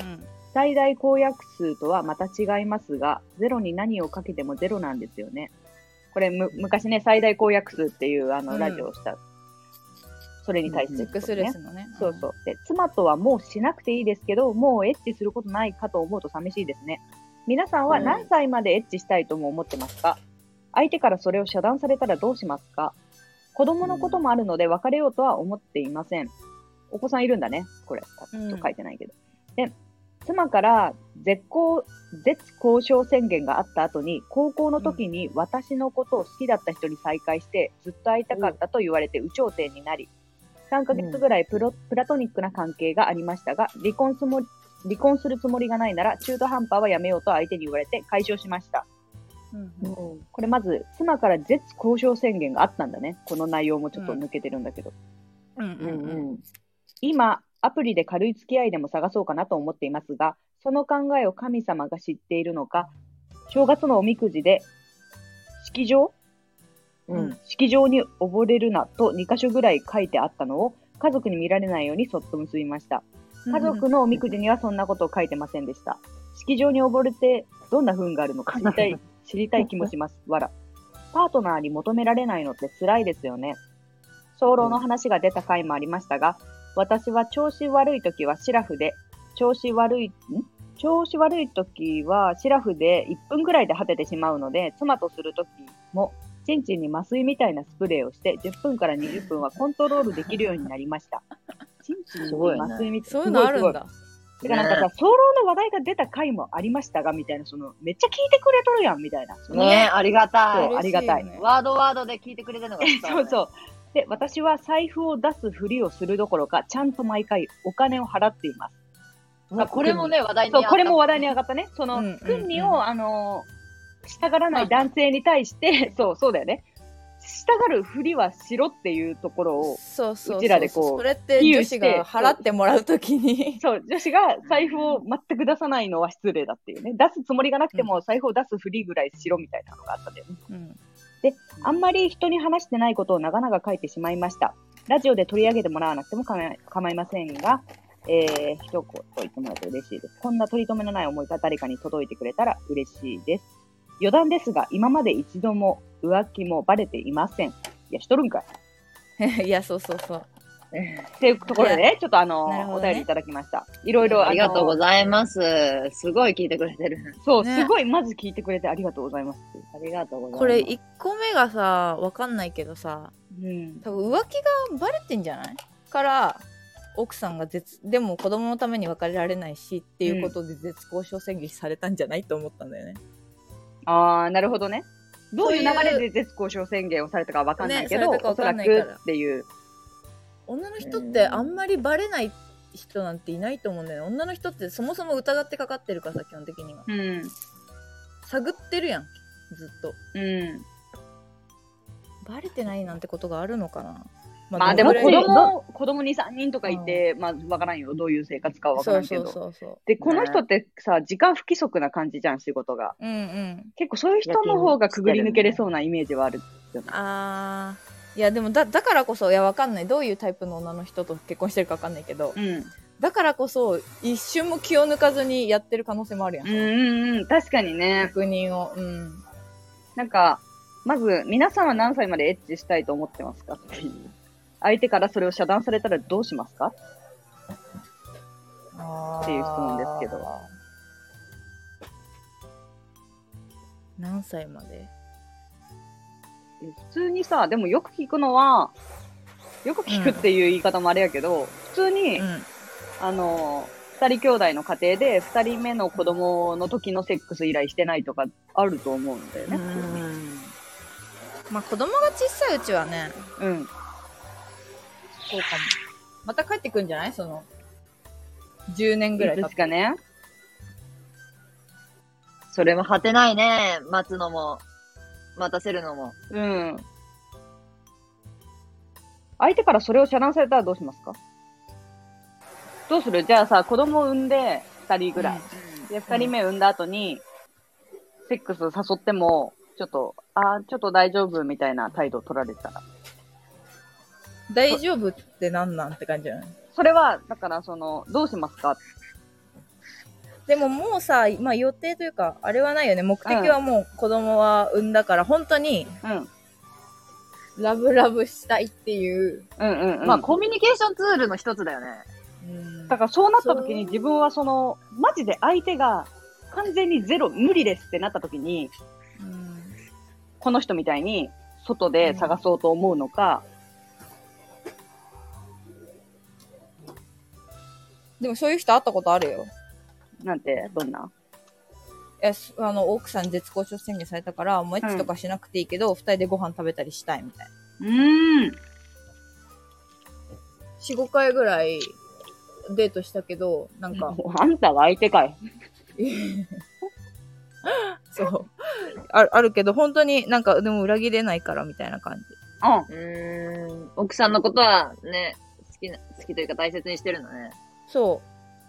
B: あ。うん。
A: 最大公約数とはまた違いますが、ゼロに何をかけてもゼロなんですよね。これ、む昔ね、最大公約数っていうあ
B: う
A: の
B: ん
A: ラジオをした、それに対してで
B: セッ
A: す
B: クスレスのね。
A: そうそう。で、妻とはもうしなくていいですけど、もうエッチすることないかと思うと寂しいですね。皆さんは何歳までエッチしたいとも思ってますか、相手からそれを遮断されたらどうしますか子供のこともあるので別れようとは思っていません。お子さんいるんだね。これ、ちょっと書いてないけど。で、妻から絶交、絶交渉宣言があった後に、高校の時に私のことを好きだった人に再会して、ずっと会いたかったと言われて、有頂天になり、3ヶ月ぐらいプロ、プラトニックな関係がありましたが、離婚すも離婚するつもりがないなら、中途半端はやめようと相手に言われて解消しました。
B: うん。うん
D: う
B: うんん。
A: これまず、妻から絶交渉宣言があったんだね。この内容もちょっと抜けてるんだけど。
B: うんうんうん。
A: 今、アプリで軽い付き合いでも探そうかなと思っていますが、その考えを神様が知っているのか、正月のおみくじで、式場
D: うん。
A: 式場に溺れるなと2箇所ぐらい書いてあったのを、家族に見られないようにそっと結びました。家族のおみくじにはそんなことを書いてませんでした。式場に溺れてどんな運があるのか知りたい、知りたい気もします。わら。パートナーに求められないのって辛いですよね。早漏の話が出た回もありましたが、私は調子悪い時はシラフで、調子悪い、ん調子悪い時はシラフで1分ぐらいで果ててしまうので、妻とする時も、チンチンに麻酔みたいなスプレーをして、10分から20分はコントロールできるようになりました。チンチンに
C: すごいね
A: 麻酔みたい
B: そういうのあるん
A: すごいす
B: だ。
A: ごいてかなんかさ、早漏の話題が出た回もありましたが、みたいな、その、めっちゃ聞いてくれとるやん、みたいな。その
C: ねありがた
A: そ。
C: いう
A: ありがたい
B: 嬉しね
C: ワードワードで聞いてくれてるのが伝
A: そ
C: わる
A: う
C: ね
A: そう。で、私は財布を出すふりをするどころか、ちゃんと毎回お金を払っています。
C: まあこれもね、話題に
A: そ
C: な
A: う、
C: った
A: これも話題に上がったね。そ
B: うん
A: の、
B: うんうん
A: 君にを、あのー従らない男性に対して、 そう、そうだよね。従るふりはしろっていうところを、
B: そうそうそう
A: うちらでこう
B: それって
A: 比喩
B: 女
A: して
B: 子が払ってもらうときに。
A: そう、女子が財布を全く出さないのは失礼だっていうね。出すつもりがなくても、財布を出すふりぐらいしろみたいなのがあったんだよね。
B: うん
A: あんまり人に話してないことを長々書いてしまいました。ラジオで取り上げてもらわなくても構い構いませんが、えー、一言言ってもらうと嬉しいです。こんな取り留めのない思いが誰かに届いてくれたら嬉しいです。余談ですが、今まで一度も浮気もバレていません。いや、しとるんかい。
B: いや、そうそうそう。
A: っていうところで
B: い
A: ね、ちょっとあの、
B: なるほ
A: お
B: どね
A: 便りいただきました。いろいろ、
C: ありがとうご
A: い
C: ざいます。すごい聞いてくれてる。
A: ます。そう、
B: ね
A: すごい、まず聞いてくれてありがとうございます。
C: ありがとうございます。
B: これ1個目がさ、わかんないけどさ、
A: うん。
B: 多分浮気がバレてんじゃないから、奥さんが絶、でも子供のために別れられないしっていうことで絶交渉宣言されたんじゃないと思ったんだよね。
A: あー、なるほどね。どういう流
B: そ
A: れ
B: うい
A: で絶交渉宣言をされたかわかんないけ
B: ね
A: ど、
B: されたか
A: お
B: わ
A: そ
B: からん
A: く
B: ないから
A: っていう。
B: 女の人ってあんまりバレない人なんていないと思うんだよね。女の人ってそもそも疑ってかかってるからさ、基本的には。
A: うん。
B: 探ってるやん、ずっと。
A: うん。
B: バレてないなんてことがあるのかな。
A: まあでも
B: ど
A: 子
B: のぐらい
A: 供、子供に3人とかいて、まあわからんよ。どういう生活かはわか
B: そ
A: ら
B: うん
A: け
B: そう
A: ど。
B: そうそう。
A: で、この人ってさ、時間不規則な感じじゃん、仕事が。
B: うんうん。
A: 結構そういう人の方がくぐり抜けれそうなイメージはある。
B: あーいやでもだだからこそいやわかんないどういうタイプの女の人と結婚してるかわかんないけど
A: うん。
B: だからこそ一瞬も気を抜かずにやってる可能性もあるやん、
A: うんうんうん。確かにね。
B: 確認をうん
A: なんか、まず、皆さんは何歳までエッチしたいと思ってますかっていう。相手からそれを遮断されたらどうしますか
B: って
A: いう質問ですけど
B: 何歳まで
A: 普通にさ、でもよく聞くのは、よく聞くっていう言い方もあれやけど、普通に、あの、二人兄弟の家庭で、二人目の子供の時のセックス依頼してないとかあると思うんだよ
B: う
A: ね。
B: んまあ子供が小さいうちはね
A: うん。
B: そうかもまた帰ってくんじゃないその10年ぐらい経っ
A: 確
B: て
A: かね。
C: それも果てないね。待つのも、待たせるのも。
A: うん。相手からそれを遮断されたらどうしますかどうするじゃあさ、子供を産んで二人ぐらい。で、二人目産んだ後に、セックス誘っても、ちょっと、あーちょっと大丈夫みたいな態度取られてたら。
B: 大丈夫ってなんなんって感じじゃない
A: それは、だからその、どうしますか
B: でももうさ、まあ、予定というかあれはないよね目的はもう子供は産んだから本当に
A: うん。
B: ラブラブしたいっていう、
A: うんうんうん。
C: ま
A: ま
C: あ、コミュニケーションツールの一つだよね。
B: うん
A: だからそうなった時に自分はその、マジで相手が完全にゼロ、無理ですってなった時に、
B: うん
A: この人みたいに外で探そうと思うのか、
B: でもそういう人会ったことあるよ
A: なんて、どんない
B: やすあの奥さん絶好調宣言されたからもうエッチとかしなくていいけど、二人でご飯食べたりしたいみたいな
A: うん。
B: 45回ぐらいデートしたけどなんか
A: あんたが相手かい。
B: そうああるけど本当になんかでも裏切れないからみたいな感じ
A: うん。
C: うーん。奥さんのことはね、好きな、好きというか大切にしてるのね。
B: そ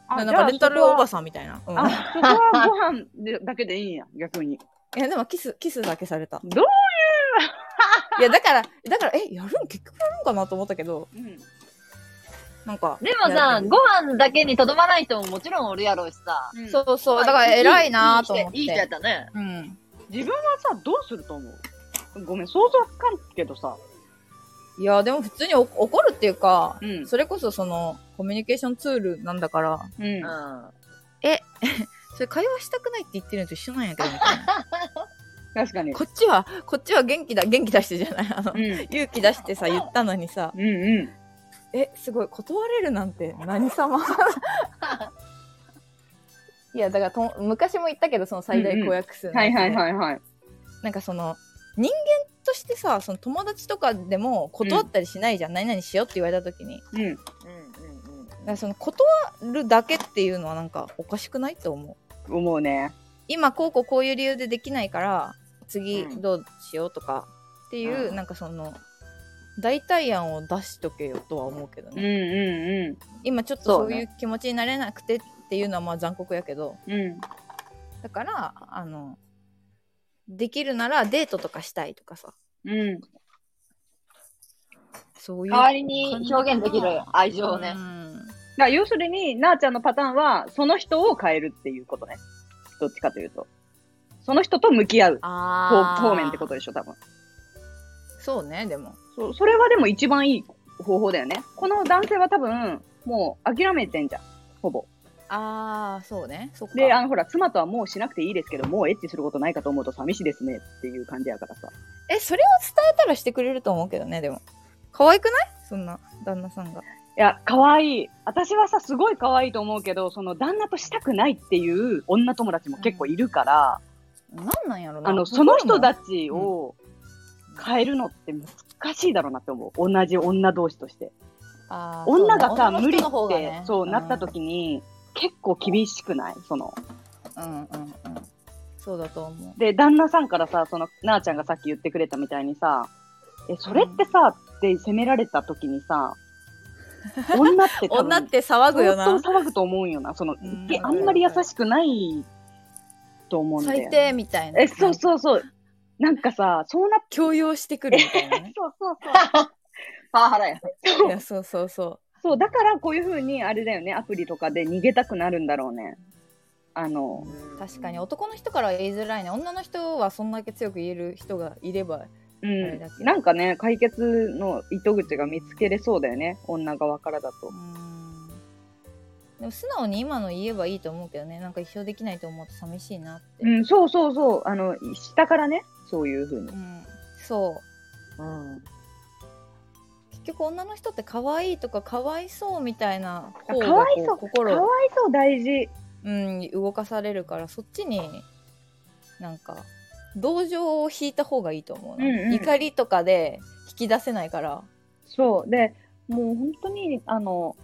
A: あ
B: うなんかレンタルおばさんみたいな、うん、
A: あ、そこはご飯でだけでいいんや、逆に。
B: いやでもキスキスだけさ れた
A: どう
B: いやだからだからえやるん結局やるんかなと思ったけど
A: うん。
B: なんか
C: でも
B: や
C: さ、
B: る
C: ご飯だけにとどまらない人ももちろんおるやろうしさ。
A: そう
B: そうそうだから偉いなと思って
C: いい人やったね。
B: うん
A: 自分はさ、どうすると思うごめん、想像つかんけどさ。
B: いやでも普通にお怒るっていうか、
A: うん
B: それこそそのコミュニケーションツールなんだから
A: うん
C: うん。
B: え それ会話したくないって言ってるのと一緒なんやけどみたいな
A: 確かに。
B: こっちはこっちは元気だ元気出してじゃないあの、
A: うん。
B: 勇気出してさ言ったのにさ
A: うんうん。
B: えすごい断れるなんて何様 いやだからと昔も言ったけどその最大公約数の
A: は
B: や
A: い
B: つで
A: はいはいはい。
B: なんかその人間としてさその友達とかでも断ったりしないじゃん、何々しようって言われた時に
A: うん。
C: うんうんうん。
B: だからその断るだけっていうのはなんかおかしくないって思う
A: 思うね。
B: 今こうこうこういう理由でできないから次
C: うん
B: どうしようとかっていう、
C: うん
B: なんかその代替案を出しとけよとは思うけど
A: うん
B: ね、
A: う
B: 今ちょっと
A: そ
B: そうう
A: ね
B: いう気持ちになれなくてっていうのはまあ残酷やけど
A: んうん。うん。
B: だからあのできるならデートとかしたいとかさ
A: うん。
B: そういう
C: 代わりに表現できる愛情をね
B: う。ん
A: だから要するに、なあちゃんのパターンは、その人を変えるっていうことね。どっちかというと。その人と向き合う。当
B: あ
A: 当面ってことでしょ、多分。
B: そうねでも
A: そう、それはでも一番いい方法だよね。この男性は多分、もう諦めてんじゃん。ほぼ。
B: ああそうねそっか
A: で、あの、ほら、妻とはもうしなくていいですけど、もうエッチすることないかと思うと寂しいですねっていう感じやからさ。
B: えそれを伝えたらしてくれると思うけどねでも可愛くないそんな旦那さんが
A: いや、可愛い。私はさ、すごい可愛いと思うけど、その、旦那としたくないっていう女友達も結構いるから、
B: なんなんやろな
A: あの、その人た
B: す
A: ちを変えるのって難しいだろうなって思う。同じ女同士として。
B: ごいもんあー
A: 女がさ、
B: そうね
A: 無理っ
B: 女の人の方が
A: て
B: ね、
A: そう、なった時に、結構厳しくないその、
B: うんうんうんうんそうだと思う
A: で、旦那さんからさ、その、なあちゃんがさっき言ってくれたみたいにさ、え、それってさ、って責められた時に さ、女って多分、
B: 女って騒ぐよな
A: 相当騒ぐと思うんよな。その、
B: うん
A: けあんまり優しくないと思うんだよ。
B: 最低みたいな
A: え、そうそうそう。なんかさ、そうなっ
B: 強要してくるみたいなね
A: そうそうそう。
C: パワハラや。
B: いやそうそうそ
A: そう、だからこういうふうに、あれだよね、アプリとかで逃げたくなるんだろうね。あの、
B: う確かに男の人からは言いづらいね女の人はそんだけ強く言える人がいれば
A: う
B: あれ
A: ん
B: だけ。ど
A: なんかね、解決の糸口が見つけれそうだよね、女側からだ
B: う
A: と。
B: んでも素直に今の言えばいいと思うけどねなんか一生できないと思うと寂しいなって、
A: うん、そうそうそう。あの、下からね、そういうふうに
B: う。んそう
C: うん。
B: 結局女の人って可愛いとか可哀想みたいな方
A: あ可
B: が
A: 哀想
B: こう
A: かわ
B: 心
A: い
B: を、
A: そう、大事。
B: うん、動かされるからそっちになんか同情を引いた方がいいと思うな、
A: うんうん
B: 怒りとかで引き出せないから
A: そう。で、もう本当に、あの、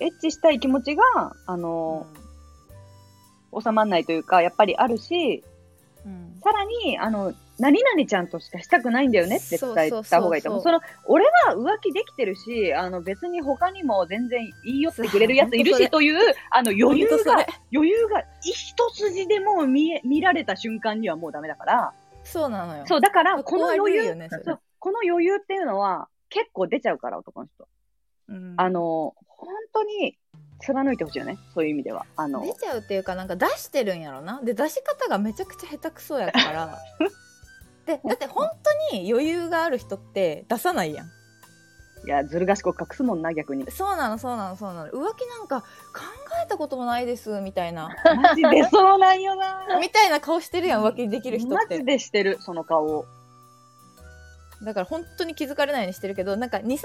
A: エッチしたい気持ちが、あの、収まらないというか、やっぱりあるし、
B: うん
A: さらに、あの、何々ちゃんとしかしたくないんだよねって伝えた方がいいと思う。
B: そ
A: その、俺は浮気できてるし、あの、別に他にも全然言い寄ってくれるやついる
B: そう
A: しという、あの、余
B: ほん
A: 裕
B: とそ
A: が
B: れ、
A: 余裕が一筋でもう見え、見られた瞬間にはもうダメだから、
B: そうなのよ
A: そう、だから、
B: そ
A: こ
B: こ
A: の
B: はルー
A: 余裕
B: よ、ねそれ
A: そう、この余裕っていうのは結構出ちゃうから、男の人。
B: うん
A: あの、本当に貫いてほしいよね。そういう意味では。あの、
B: 出ちゃうっていうかなんか出してるんやろなで出し方がめちゃくちゃ下手くそやから でだって本当に余裕がある人って出さないやん。
A: いや、ずる賢く隠すもんな、逆に
B: そうなのそうなのそうなの浮気なんか考えたこともないですみたいな
A: マジでそうなんよな。
B: みたいな顔してるやん浮気できる人っ
A: マ
B: て
A: ジでしてる、その顔を。
B: だから本当に気づかれないようにしてるけどなんか23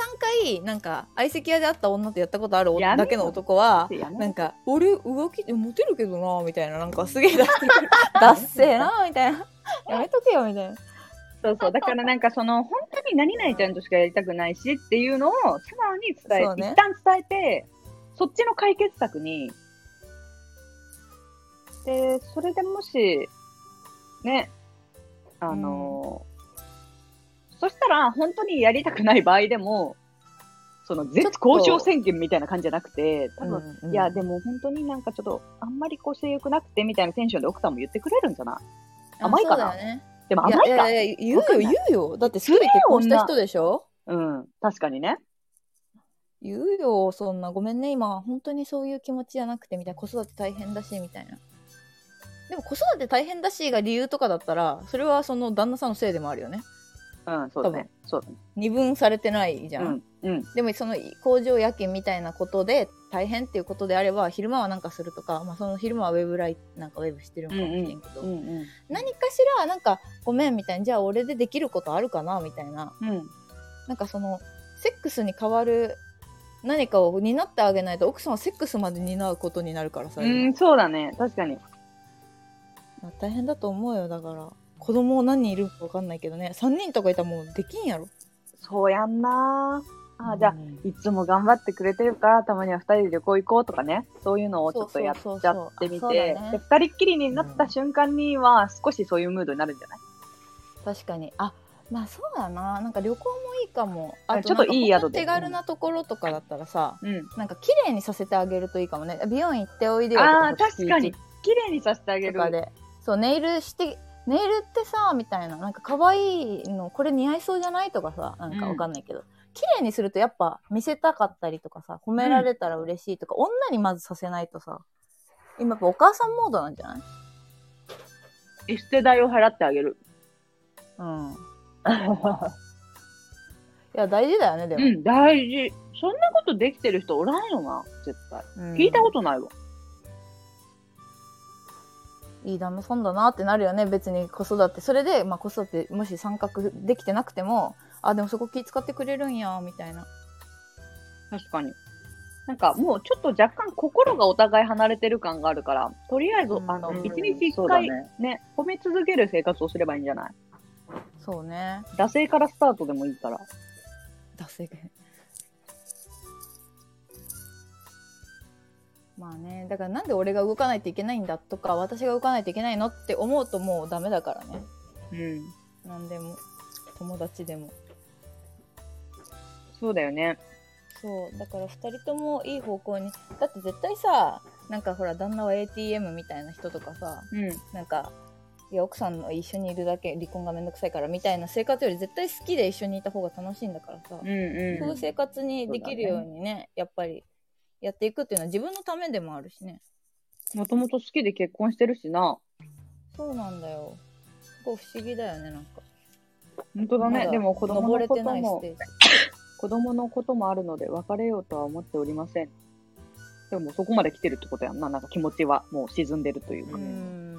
B: 回なんか相席屋で会った女とやったことある
A: やめろ
B: だけの男は
A: やめ
B: な
A: ろ
B: んか俺浮気モテるけどなみたいななんかすげえ出 してくるダッセーなみたいなやめとけよみたいな
A: そうそう。だからなんかその、本当に何々ちゃんとしかやりたくないしっていうのを素直に伝
B: そう
A: え、
B: ね
A: 一旦伝えて、そっちの解決策に、で、それでもし、ね、あの、そしたら本当にやりたくない場合でも、その、
B: ちょっ
A: 絶
B: と
A: 交渉宣言みたいな感じじゃなくて、多分、
B: うんうん
A: いや、でも本当になんかちょっと、あんまりこう性欲なくてみたいなテンションで奥さんも言ってくれるんじゃない甘いかな
B: あそうだよね
A: でも甘いか。
B: いやいやいや言うよ
A: わかんない
B: 言うよだってすぐ結婚した人でしょ
A: うん。確かにね。
B: 言うよそんなごめんね今本当にそういう気持ちじゃなくてみたいな子育て大変だしみたいなでも子育て大変だしが理由とかだったらそれはその旦那さんのせいでもあるよね
A: うん、そうだね。そうだね。
B: 二分されてないじゃん、
A: うん。うん。
B: でもその工場夜勤みたいなことで大変っていうことであれば昼間はなんかするとか、まあ、その昼間はウェブライなんかウェブしてるのかもしれんけど、
A: うん。
B: 何かしらなんかごめんみたいなじゃあ俺でできることあるかなみたいな
A: うん。
B: なんかそのセックスに代わる何かを担ってあげないと奥さんはセックスまで担うことになるからさ、
A: うん、そうだね。確かに。
B: 今大変だと思うよだから子供何人いるか分かんないけどね3人とかいたらもうできんやろ
A: そうやんなあーじゃあ、
B: うん
A: いつも頑張ってくれてるから、たまには二人で旅行行こうとかね。そういうのをちょっとやっち
B: そう
A: ゃ
B: そうそう
A: ってみ
B: そうだ
A: て
B: ね。
A: で二人っきりになった瞬間には、少しそういうムードになるんじゃない
B: 確かにあまあそうだななんか旅行もいいかもあ
A: ちょっといい
B: な
A: 宿で
B: んかほんと手軽なところとかだったらさ、
A: うん。
B: なんか綺麗にさせてあげるといいかもね美容院行っておいでよと
A: ああ、
B: 星
A: 確かに
B: 一。
A: 綺麗にさせてあげ
B: と
A: る。
B: かでそうネイルしてネイルってさみたいななんか可愛いのこれ似合いそうじゃないとかさなんか
A: うん
B: わかんないけど、綺麗にするとやっぱ見せたかったりとかさ褒められたら嬉しいとか、女にまずさせないとさ今やっぱお母さんモードなんじゃない
A: エステ代を払ってあげる。
B: うん。いや大事だよねで
A: う
B: も、
A: ん、大事。そんなことできてる人おらんよな、絶対。聞いたことないわ。
B: いい旦那さんだなってなるよね別に子育てそれで、まあ、子育てもし参画できてなくてもあでもそこ気使ってくれるんやみたいな
A: 確かに。なんかもうちょっと若干心がお互い離れてる感があるから、とりあえず、
B: うん
A: あの、
B: うん
A: 一日
D: そ
A: 一
D: うだ
A: 回
D: ね
A: ね。褒め続ける生活をすればいいんじゃない
B: そうね
A: 惰性からスタートでもいいから。
B: 脱水がまあねだからなんで俺が動かないといけないんだとか私が動かないといけないのって思うともうダメだからね
A: うん。
B: 何でも友達でも
A: そうだよね。
B: そうだから2人ともいい方向にだって絶対さなんかほら旦那は ATM みたいな人とかさ
A: うん。
B: なんかいや奥さんの一緒にいるだけ離婚がめんどくさいからみたいな生活より絶対好きで一緒にいた方が楽しいんだから
A: う
B: さ、
A: んう
B: そうんいう生活にできるようにねやっぱりやっていくっていうのは自分のためでもあるしね
A: もともと好きで結婚してるしな。
B: そうなんだよすごい不思議だよねなんか
A: 本当だ
B: ま
A: ね。でも子供
B: 登
A: の
B: れ
A: こ
B: て
A: と
B: ないス
A: も
B: テ、ージ
A: 子供のこともあるので別れようとは思っておりません。でもそこまで来てるってことやんな。なんか気持ちはもう沈んでるというか。
B: うーん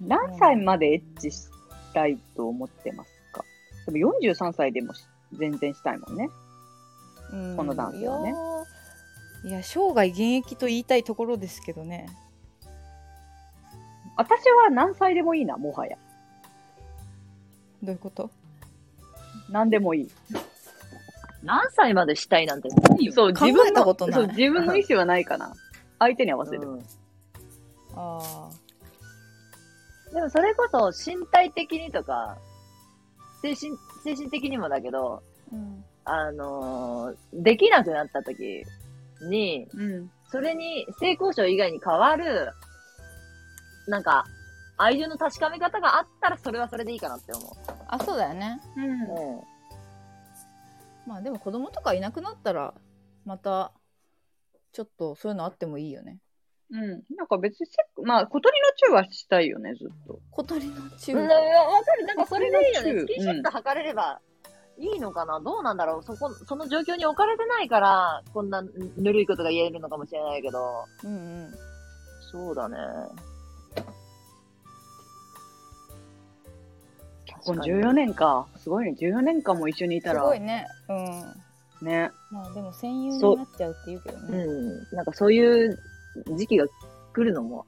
A: 何歳までエッチしたいと思ってますかでも43歳でも全然したいもんね。
B: うん
A: この男性はね
B: いやーいや生涯現役と言いたいところですけどね
A: 私は何歳でもいいな、もはや。
B: どういうこと
A: 何でもいい。
C: 何歳までしたいなんてないよ。
A: そう、
B: 考
A: 自分
B: えた
A: の
B: ことない
A: そう自分の意思はないかな。 相手に合わせる。
C: うん
B: あ
C: でもそれこそ身体的にとか、精神、精神的にもだけど、
B: ー、うん、
C: あのーできなくなった時に、
A: うん。
C: それに性交渉以外に変わる、なんか、愛情の確かめ方があったらそれはそれでいいかなって思
B: あそうだよね
A: うん。
C: う。
B: まあでも子供とかいなくなったらまたちょっとそういうのあってもいいよね
A: うん。なんか別にセック、まあ、小鳥のチューはしたいよね、ずっと。
B: 小鳥の中
C: うん。わかる、なんかそれでいいよ
A: う
C: ね。
A: ん
C: スキンシップ測れればいいのかな、どうなんだろうそこ、その状況に置かれてないから、こんなぬるいことが言えるのかもしれないけど、
B: うんうん
C: そうだね。
A: 結婚14年か。すごいね。14年間も一緒にいた
B: す
A: ら。
B: ごいねうん
A: ね。
B: まあでも戦友
C: そう
B: になっちゃうって言うけど
C: う
B: ね
C: ん。なんかそういう時期が来るのも。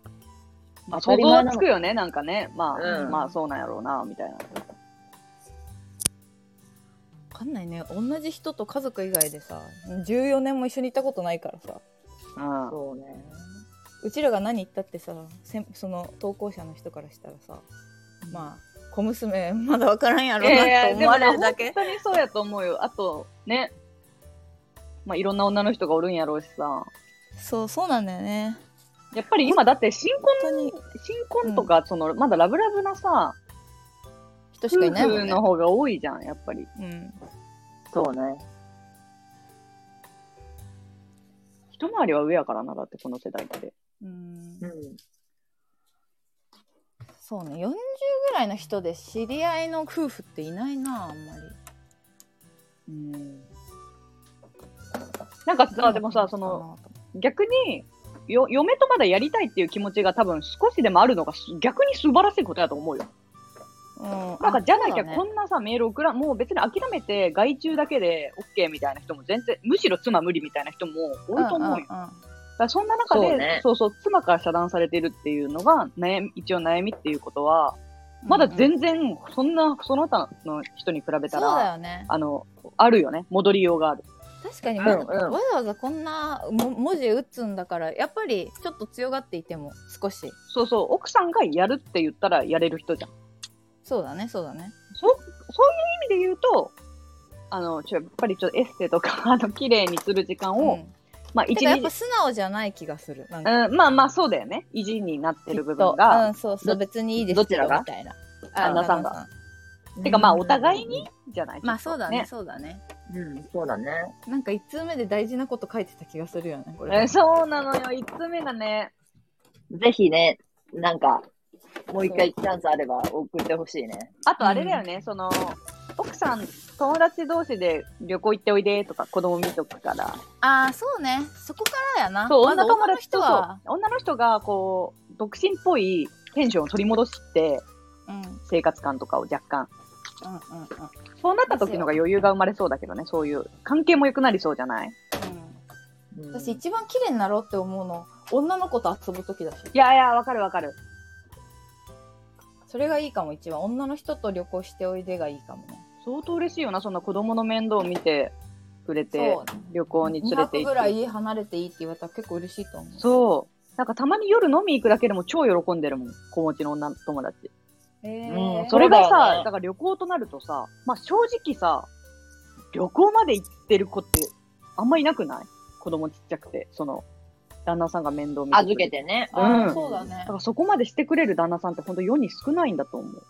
A: まあ、
C: 当た
A: 想
C: り
A: 像
C: 前な
A: は
C: の
A: つくよね、なんかね。まあ、
C: うん
A: まあ、そうなんやろうな、みたいな。
B: わかんないね同じ人と家族以外でさ14年も一緒にいたことないからさ
A: うん。
C: そうね。
B: うちらが何言ったってさせんその投稿者の人からしたらさ、まあ小娘まだ分からんやろ
A: いやいや
B: なと思われるだけ、
A: でもね本当にそうやと思うよ。あと、ね。まあ、いろんな女の人がおるんやろうしさ。
B: そうそうなんだよね
A: やっぱり今だって新婚、
B: 本当に
A: 新婚とか、その、まだラブラブなさ、
B: 人し
A: 夫
B: かいないも
A: 婦
B: んね
A: の、方が多いじゃん、やっぱり。
B: うん、
C: そうね。
A: 一回りは上やからな、だってこの世代って。
B: うん
C: うん。
B: そうね40ぐらいの人で知り合いの夫婦っていないなあんま
A: うん。なんか
B: り
A: さ、でもさ、その、逆に、よ、嫁とまだやりたいっていう気持ちが多分少しでもあるのがす逆に素晴らしいことやと思うよ。
B: うん
A: なんかじゃなきゃ
B: あそうだね
A: こんなさ、メール送らん、もう別に諦めて外注だけで OK みたいな人も全然、むしろ妻無理みたいな人も多いと思うよ。だ
B: んんん
A: からそんな中で
C: そうね
A: そうそう、妻から遮断されてるっていうのが悩み、一応悩みっていうことは、まだ全然、そんな、その他の人に比べた
B: そうだ
A: ら、
B: よね
A: あの、あるよね。戻りようがある。
B: 確かに、
C: うん
B: わ
C: うん
B: わざわざこんなも文字打つんだからやっぱりちょっと強がっていても少し
A: そうそう、奥さんがやるって言ったらやれる人じゃん。
B: そうだねそうだね
A: そそういう意味で言うと、あの、ちょやっぱりちょっとエステとか、あの、綺麗にする時間を、
B: うん
A: まあ、一
B: てかやっ
A: 日
B: ぱ素直じゃない気がするなんか
A: うん、まあまあそうだよね。意地になってる部
B: と
A: 分が。
B: うん、そうそう
C: ど
B: 別にいいです
C: どちらが
B: みたいな
A: 旦那さんが
B: が
A: てかまあお互いにじゃない
B: まあそうだね。そうだね
C: うん、そうだね。
B: なんか1通目で大事なこと書いてた気がするよねこ
A: え
B: れ
A: ーそうなのよ。一つ目だね。
C: ぜひね、なんか、もう一回チャンスあれば送ってほしいね。
A: あとあれだよね。その、奥さん、友達同士で旅行行っておいでとか子供見とくから。
B: ああそうねそこからやな
A: そう、
B: まだ
A: 女友
B: の
A: 達
B: 人
A: と
B: は
A: そう女の人がこう、独身っぽいテンションを取り戻して、
B: うんうんうん
A: 生活感とかを若干。
B: うん
A: そうなった時のが余裕が生まれそうだけどね。そういう、関係も良くなりそうじゃない
B: うん私一番綺麗になろうって思うの女の子と遊ぶ時だし
A: いやいや、わかるわかる。
B: それがいいかも一番女の人と旅行しておいでがいいかもね
A: 相当嬉しいよな。そんな子供の面倒を見てくれて
B: そう、
A: 旅行に連
B: 2
A: れて
B: 泊
A: 行
B: ぐらい
A: って。
B: 家離れていいって言われたら結構嬉しいと思う
A: そう。なんかたまに夜飲み行くだけでも超喜んでるもん。子持ちの女の友達。
B: え
C: うん
A: それが
C: そうだ
A: さ、
C: よ
A: だ
C: ね
A: から旅行となるとさ、まあ正直さ、旅行まで行ってる子ってあんまいなくない子供ちっちゃくて、その、旦那さんが面倒見
C: 預け
A: てくれる。
C: てね。
B: あ
A: う
B: ー
A: ん
B: そうだね
A: だからそこまでしてくれる旦那さんってほんと世に少ないんだと思う。
B: う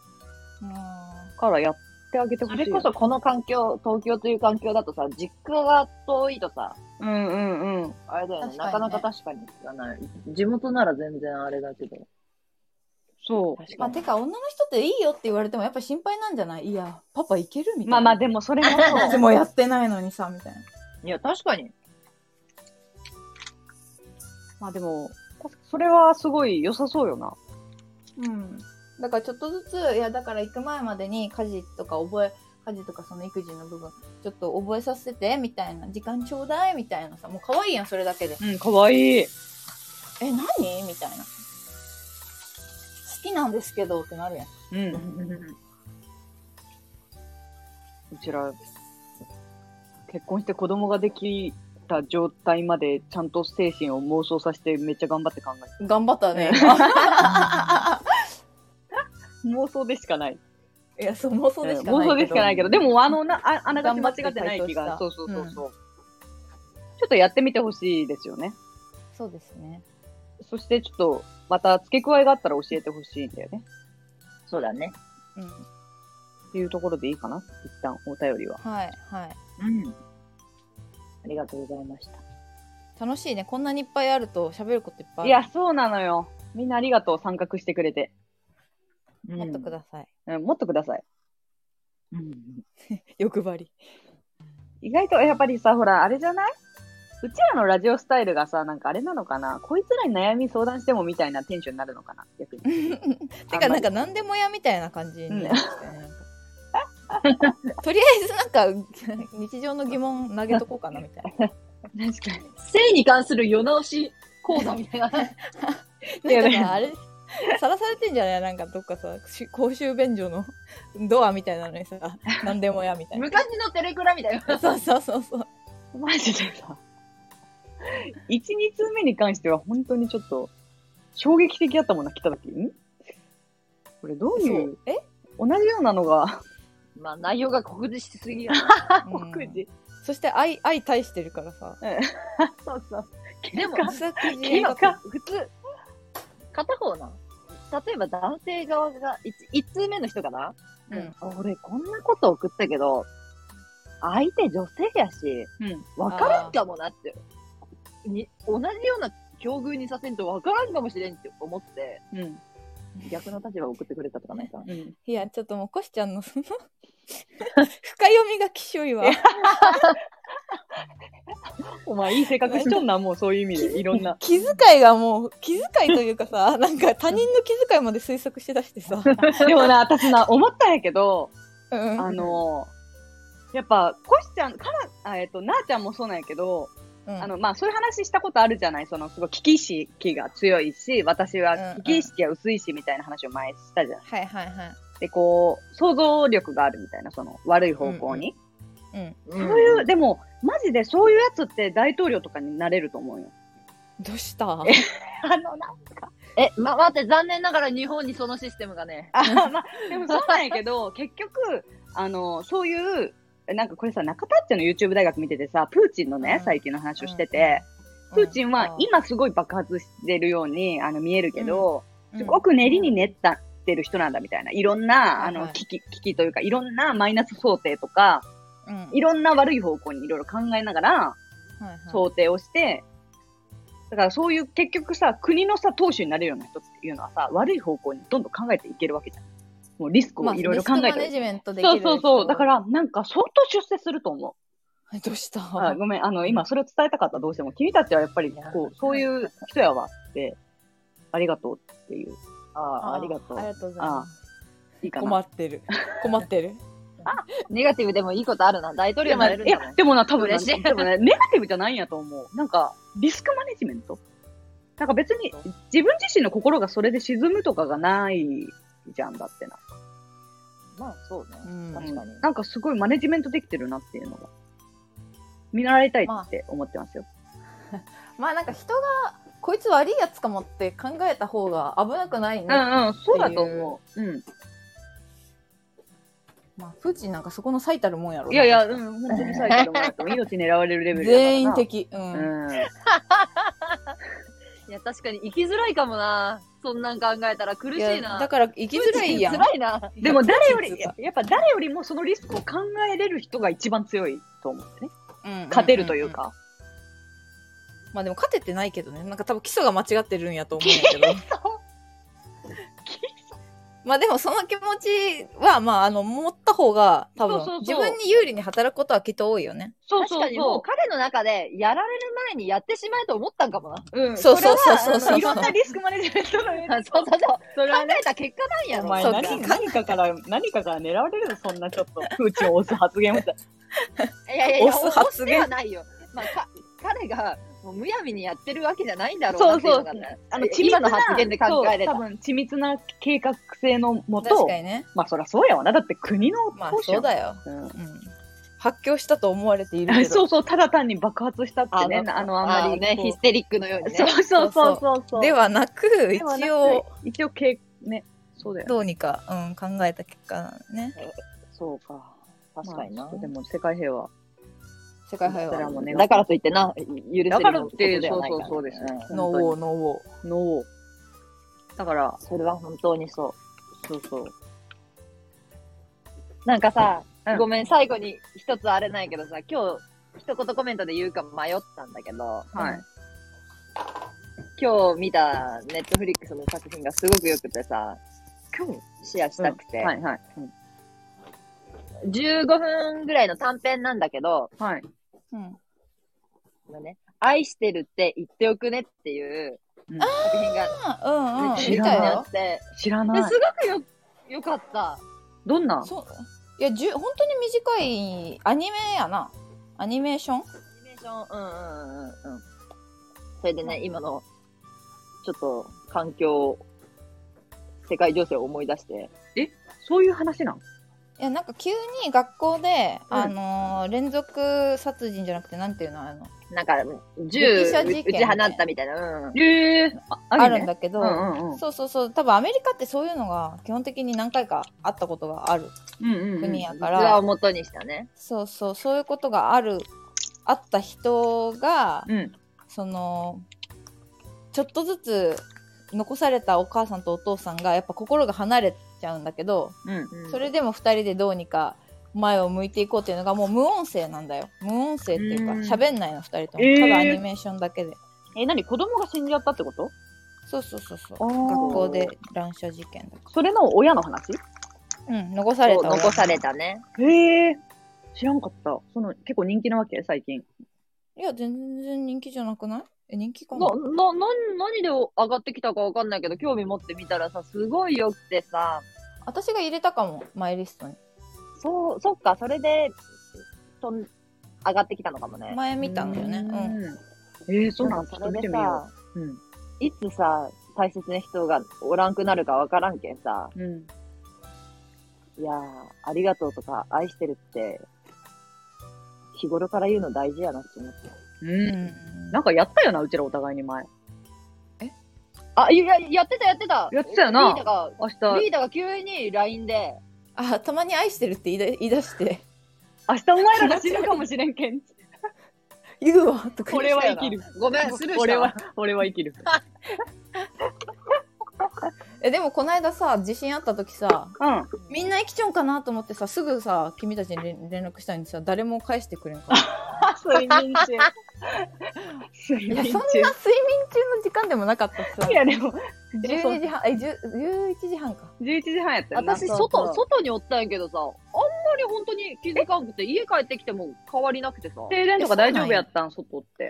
A: からやってあげてほ
C: そ
A: しい。
C: れこそ、この環境、東京という環境だとさ、実家が遠いとさ、
A: うんうんうん。
C: あれだよ
B: 確かに
C: ね、
B: ね
C: なかなか確かに聞かない。地元なら全然あれだけど。
A: そう。
C: 確
B: んまあ、てか女の人っていいよって言われてもやっぱ心配なんじゃないいやパパいけるみたい
A: ま
B: な
A: あまあでもそれもそう
B: い つもやってないのにさみたいない
C: や、確かに。
A: まあでも、確かそれはすごい良さそうよな。
B: うん、だからちょっとずついやだから行く前までに家事とか覚え家事とかその育児の部分ちょっと覚えさせてみたいな時間ちょうだいみたいなさもう可愛いやんそれだけで
A: うん、かわいい。
B: え何みたいな好きなんですけどってなるやん
A: うん。
C: うちら、
A: 結婚して子供ができた状態までちゃんと精神を妄想させてめっちゃ頑張って考えて
B: 頑張ったね
A: ね
B: 今
A: 妄想でしかない。
B: いやそう妄想でしかない
A: 妄想でしかないけど、でも、あの、なああなが
B: 頑
A: ち間違
B: 張って
A: ってない気が。
B: 回答
A: そう
B: した
A: そうそうそう。ちょっとやってみてほしいですよね。
B: そうですね
A: そして、ちょっと、また付け加えがあったら教えてほしいんだよね。
C: そうだね。
B: うん
A: っていうところでいいかな。一旦、お便りは。
B: はいはい
C: うん。ありがとうございました。
B: 楽しいねこんなにいっぱいあると喋ることいっぱいあ
A: い
B: る
A: や、そうなのよ。みんなありがとう、参画してくれて。
B: もっとください、
A: うん、もっとください。
C: うん。
B: 欲張り
A: 意外とやっぱりさ、ほら、あれじゃないうちらのラジオスタイルがさ、なんかあれなのかなこいつらに悩み相談してもみたいなテンションになるのかな逆に。
B: てかなんか何でもやみたいな感じになりましたよね。なんかとりあえずなんか日常の疑問投げとこうかなみたいな。
A: 確かに。
C: 性に関する世直し講座みたいな。
A: いや
B: なん
A: ね
B: かさあれさらされてんじゃないなんかどっかさし公衆便所の ドアみたいなのにさ何でもやみたい な。
C: 昔のテレクラみたいな。
B: そうそうそうそう。
A: マジでさ、1、2通目に関しては本当にちょっと衝撃的やったもんな、来た時。んこれどう
B: そ
A: いう
B: うえ、
A: 同じようなのが、
C: まあ内容が酷似しすぎや。
B: うん
A: 告示。
B: そして愛愛対してるからさ。
A: そうそう。
C: でも、
B: 草くじ
A: 今か、普通。
C: 片方な。例えば男性側が、一一通目の人かな、
B: うん
C: あ俺こんなこと送ったけど、相手女性やし、
A: うん。
C: わからんかもなって。に同じような境遇にさせんとわからんかもしれんって思って、
A: うん。
C: 逆の立場を送ってくれたとかないかな。
A: うん。
B: いやちょっともうコシちゃんの その深読みがきしょいわ。
A: お前いい性格しとんな、もうそういう意味で。いろんな。
B: 気遣いがもう気遣いというかさなんか他人の気遣いまで推測して出してさ、
A: でもな、私な、思ったんやけど、
B: うん、
A: あのーやっぱ、コシちゃん、から、あえっと、なあちゃんもそうなんやけど、
B: うん
A: あの、まあ、そういう話したことあるじゃないその、すごい危機意識が強いし、私は危機意識が薄いし、みたいな話を前にしたじゃん。
B: はいはいはい
A: で、こう、想像力があるみたいな、その、悪い方向に。
C: うん
A: そういう、でも、マジでそういうやつって大統領とかになれると思うよ。
B: どうした
A: あの、な、
C: え、ま、待って、残念ながら日本にそのシステム がね。
A: あまあ、でもそうなんやけど、 結局、あの、そういう、なんかこれさ、中田っちの YouTube 大学見ててさ、プーチンの
B: うん
A: ね、最近の話をしてて、プーチンは今すごい爆発してるようにあの見えるけど、すごく練りに練ったってる人なんだみたいな。いろんな、あ
B: はい
A: の
B: は、い
A: 危機、危機というか、いろんなマイナス想定とか、いろんな悪い方向にいろいろ考えながら
B: そ
A: 想定をして、だからそういう結局さ、国のさ、党首になれるような人っていうのはさ、悪い方向にどんどん考えていけるわけじゃん。もうリスクをいろいろ考え
B: マネ
A: て。
B: ジメントでき
A: そ
B: る
A: うそうそう。だからら、なんか相当出世すると思う。
B: どうした
A: あごめん、あの、今それを伝えたかったどうしても、君たちはやっぱりこう、そういう人やわって、ありがとうっていう。
C: ああ、ありがとう
B: あり。がとうございます
A: いいか
B: 困
A: な。
B: っ てる困ってる
C: ネガティブでもいいことあるな。大統
A: いや、
C: 領に
A: ま
C: な
A: あ
C: れ
A: い
C: るんだも
A: やでもな、多分な、
C: 嬉しい
A: でもね、ネガティブじゃないんやと思う。なんか、リスクマネジメントなんか別に、自分自身の心がそれで沈むとかがないじゃんだってな。
C: まあ、そうね。
B: うん
C: 確かに。
A: なんかすごいマネジメントできてるなっていうのが、見習いたい
B: まあ
A: って思ってますよ。
B: まあなんか人がこいつ悪いやつかもって考えた方が危なくないね、
A: うんうん、そうだと思う。うん。
B: まあ、プーチンなんかそこの最たるもんやろ
A: いやいや、うん、本当に最後でもらっても命狙われるレベルだからな
B: 全員。的うん、
A: うん。
C: いや、確かに生きづらいかもな。そんなん考えたら苦し
B: い
C: い
B: や
C: な。
B: だから生きづらいやん
C: 辛いな。
A: でも誰よ
B: い
A: り、
B: や
A: ややっぱ誰よりもそのリスクを考えれる人が一番強いと思ってね。勝
B: 勝
A: てるという。か。
B: まあでも勝ててないけどね。なんか多分基礎が間違ってるんやと思うんやけど。まあでもその気持ちは、まああの、持った方が多分
A: そうそう
B: 自
A: そう
B: 分に有利に働くことはきっと多いよね。
A: そう
C: 確
A: そ
C: か
A: う
C: にもう
A: そ
C: 彼の中でやられる前にやってしまえと思ったんかもな。
A: う。うん、
B: そうそうそ
A: れ
B: う
A: は
B: そうそうそう
A: あのいろんなリスクマネジメントの上で
C: そうそうそう。
A: それ
C: 考
A: はね、
C: えた結果なんや
A: お
C: ろ。
A: 前
B: そうか
A: 何何かから、何かから狙われるの、そんなちょっと、空中を押す発言をした。
C: いやいやいや、
B: 押す
C: 押
B: 発言
C: してはないよ。まあ、か彼がもうむやみにやってるわけじゃないんだろうなっていうのがね、
A: あの、
C: 今の発言で考えれ
A: そう
C: た
A: 多。分、緻密な計画性のも
B: 確
A: と
B: か、にね。
A: まあ、そりゃそうやわな。だって国の
B: まあ
A: 当主
B: そう
A: やもん
B: だよ。
A: うん
B: うん。発狂したと思われているけ
A: あ
B: ど。
A: そうそう、ただ単に爆発したってね、
C: あ
A: あ
C: の、
A: の、
C: あ
A: あんま
C: の
A: り。
C: ね、
A: こう
C: ヒステリックのようにね
A: そう。そうそうそうそう。
B: ではなく、一
A: ではなく
B: 応、、
A: 一応、けね、そうだよね。
B: どうにか、うん、考えた結果なのね。
A: そうか。
C: 確かにな
A: まあでも、世界平和。
B: 世界平
A: それは
B: 和
A: もうね
C: だからといってな、許せる
A: だからっ
C: こと
A: て、
C: で
A: そ
C: は
A: う
C: ない
A: そ
C: か
A: う
C: ら
A: そうです。ね。
B: の
A: 本
B: 王の王。
A: 当にの王。だから、
C: それは本当にそう。
A: そうそう。
C: なんかさ、
A: うん
C: ごめん、最後に一つあれないけどさ、今日、一言コメントで言うか迷ったんだけど、
A: はい。
C: 今日見たネットフリックスの作品がすごく良くてさ、
A: 今日
C: シェアしたくて、
A: はいはい。うん
C: 15分ぐらいの短編なんだけど、
A: はい。
B: うん。
C: のね、愛してるって言っておくねっていう
A: うん
C: 作品
B: う
C: が
B: んうん。
A: 知
B: 見
C: み
A: ら
C: た
A: ない
B: た
C: にあ
B: よ
C: っ。て、
A: 知ら
C: で
A: な
C: す
A: い。
C: ごくよ、よかった。
A: どんな
B: そう。いや、じゅ本当に短いアニメやな。アニメーション
C: アニメーション、うんうんうんうんうん。それでね、今の、ちょっと、環境、世界情勢を思い出して、
A: そういう話なん
B: いやなんか急に学校で、
A: うん
B: あのー連続殺人じゃなくてなんていうのあの
C: なんか、銃
B: 歴史
C: 撃
B: は事件
C: ち放ったみたいな。うん。
A: ええ。
B: あるん
A: だ
B: だけど、
A: うんうんうん。
B: そうそうそう多分アメリカってそういうのが基本的に何回かあったことがある
A: うんうんうん
B: 国やか
C: 実話
B: ら、
C: を元にしたね。
B: そうそうそういうことがあるあった人が、
A: うん。
B: そのちょっとずつ残されたお母さんとお父さんがやっぱ心が離れちゃうんだけど、
A: うん。
B: それでも2人でどうにか前を向いていこうっていうのがもう無音声なんだよ無音声っていうか
A: うん
B: 喋んないの2人とも、
A: えー
B: ただアニメーションだけで
A: え、なに子供が死んじゃったってこと
B: そうそうそうそう
A: あー
B: 学校で乱射事件だか
A: それの親の話
B: らうん残され
C: そ
B: た
C: う
B: 親
C: 残されたね。
A: へえ。知らんかった。その、結構人気なわけ最近。
B: いや全然人気じゃなくないえ人気か
C: な、
B: も
C: な、な、何で上がってきたかわかんないけど、興味持ってみたらさ、すごい良くてさ、
B: 私が入れたかもマイリストに
C: そう、そっか、それで、とん、上がってきたのかもね。
B: 前見たんだよねうん
A: うん。えー、そうなん
C: か
A: ちょっ
C: そ
A: と見
C: れ
A: て
C: で
A: みよ
C: さ、
A: う。うん。
C: いつさ、大切な人がおらんくなるかわからんけんさ、
A: うん。
C: いやー、ありがとうとか、愛してるって、日頃から言うの大事やなって思った。
A: う
B: う
A: んん。なんかやったよな、うちらお互いに前。
C: あ、いや、やってた、やってた
A: やってたよな
C: リーダが、
A: 明日、
C: リーダが急に LINE で、
B: あたまに愛してるって言いだ言い出して
A: 明日お前らが死ぬかもしれんけん。
B: 言うわとか言っ
A: 俺
B: て
A: は生きる。
C: ごめん、スルーした。
A: 俺は、俺は生きる。
B: えでもこの間さ地震あった時さ
A: うん。
B: みんな生きちょんかなと思ってさすぐさ君たちに連連絡したのにさ誰も返してくれんから
A: 睡眠中。 睡
B: いや、そ
A: 眠中
B: んな睡。眠中の時間でもなかったっすわ
A: い。や、でも、
B: 12時半、え、10 11時半か。
A: 11時半やったよな
C: 私、
A: そうそう
C: 外、外におったんやけどさ、あんまり本当に気づかんくて、家帰ってきても変わりなくてさ。
A: 停電とか大丈夫やったん、外って。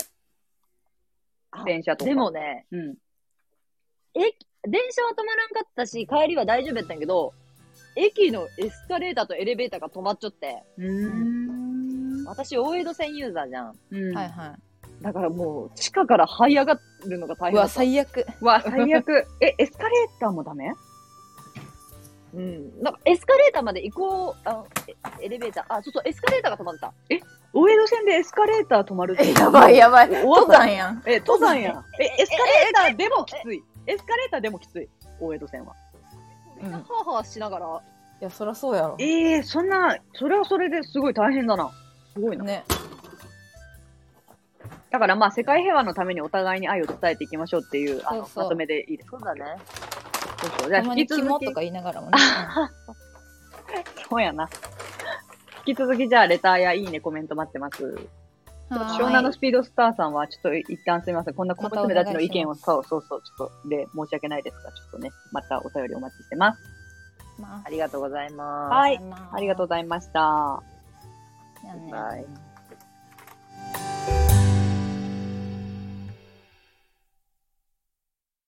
C: あ
A: 電車とか。
C: でも、ね、
A: うん。
C: 電車は止まらんかったし、帰りは大丈夫やったんやけど、駅のエスカレーターとエレベーターが止まっちゃって、
A: うーん。
C: 私、大江戸線ユーザーじゃん。
A: うん。
B: はいは
C: だからもう、地下から這い上がるのが大
B: い。う
C: 変だ
B: わ、
C: った。
B: 最悪。
A: うわ、最悪。え、エスカレーターもダメ
C: うん。なんか、エスカレーターまで行こう、あえエレベーター、あ、そうそう、エスカレーターが止まった。
A: 大江戸線でエスカレーター止まるって
B: やばい。
A: 登山
B: やん。
A: え、登山やん。え、エスカレーターでもきつい。エスカレーターでもきつい。大江戸線は。
B: うん
C: はあはあしながら、
B: いや、そらそうやろ。
A: えー、そんな、それはそれですごい大変だな。すごいな。
B: ね。
A: だからまあ、世界平和のためにお互いに愛を伝えていきましょうっていう、あの、
B: そうそう
A: まとめでいいです。
C: そうだね。
A: そうそう。じゃ
B: た
A: あ、
B: ま
A: 引き続
B: に肝
A: き
B: と、か言いながらも ね。
A: そうやな。引き続き、じゃあ、レターやいいね、コメント待ってます。
B: うんはーい
A: 湘南のスピードスターさんは、ちょっと一旦すみません。こんな小娘たちの意見を、
B: ま
A: そうそうそう、ちょっと、で、申し訳ないですが、ちょっとね、またお便りお待ちしてます。
B: ま
C: ありがとうございます。
A: はい
B: あ
A: ありがとうございました。
B: う。じゃあね
C: バイ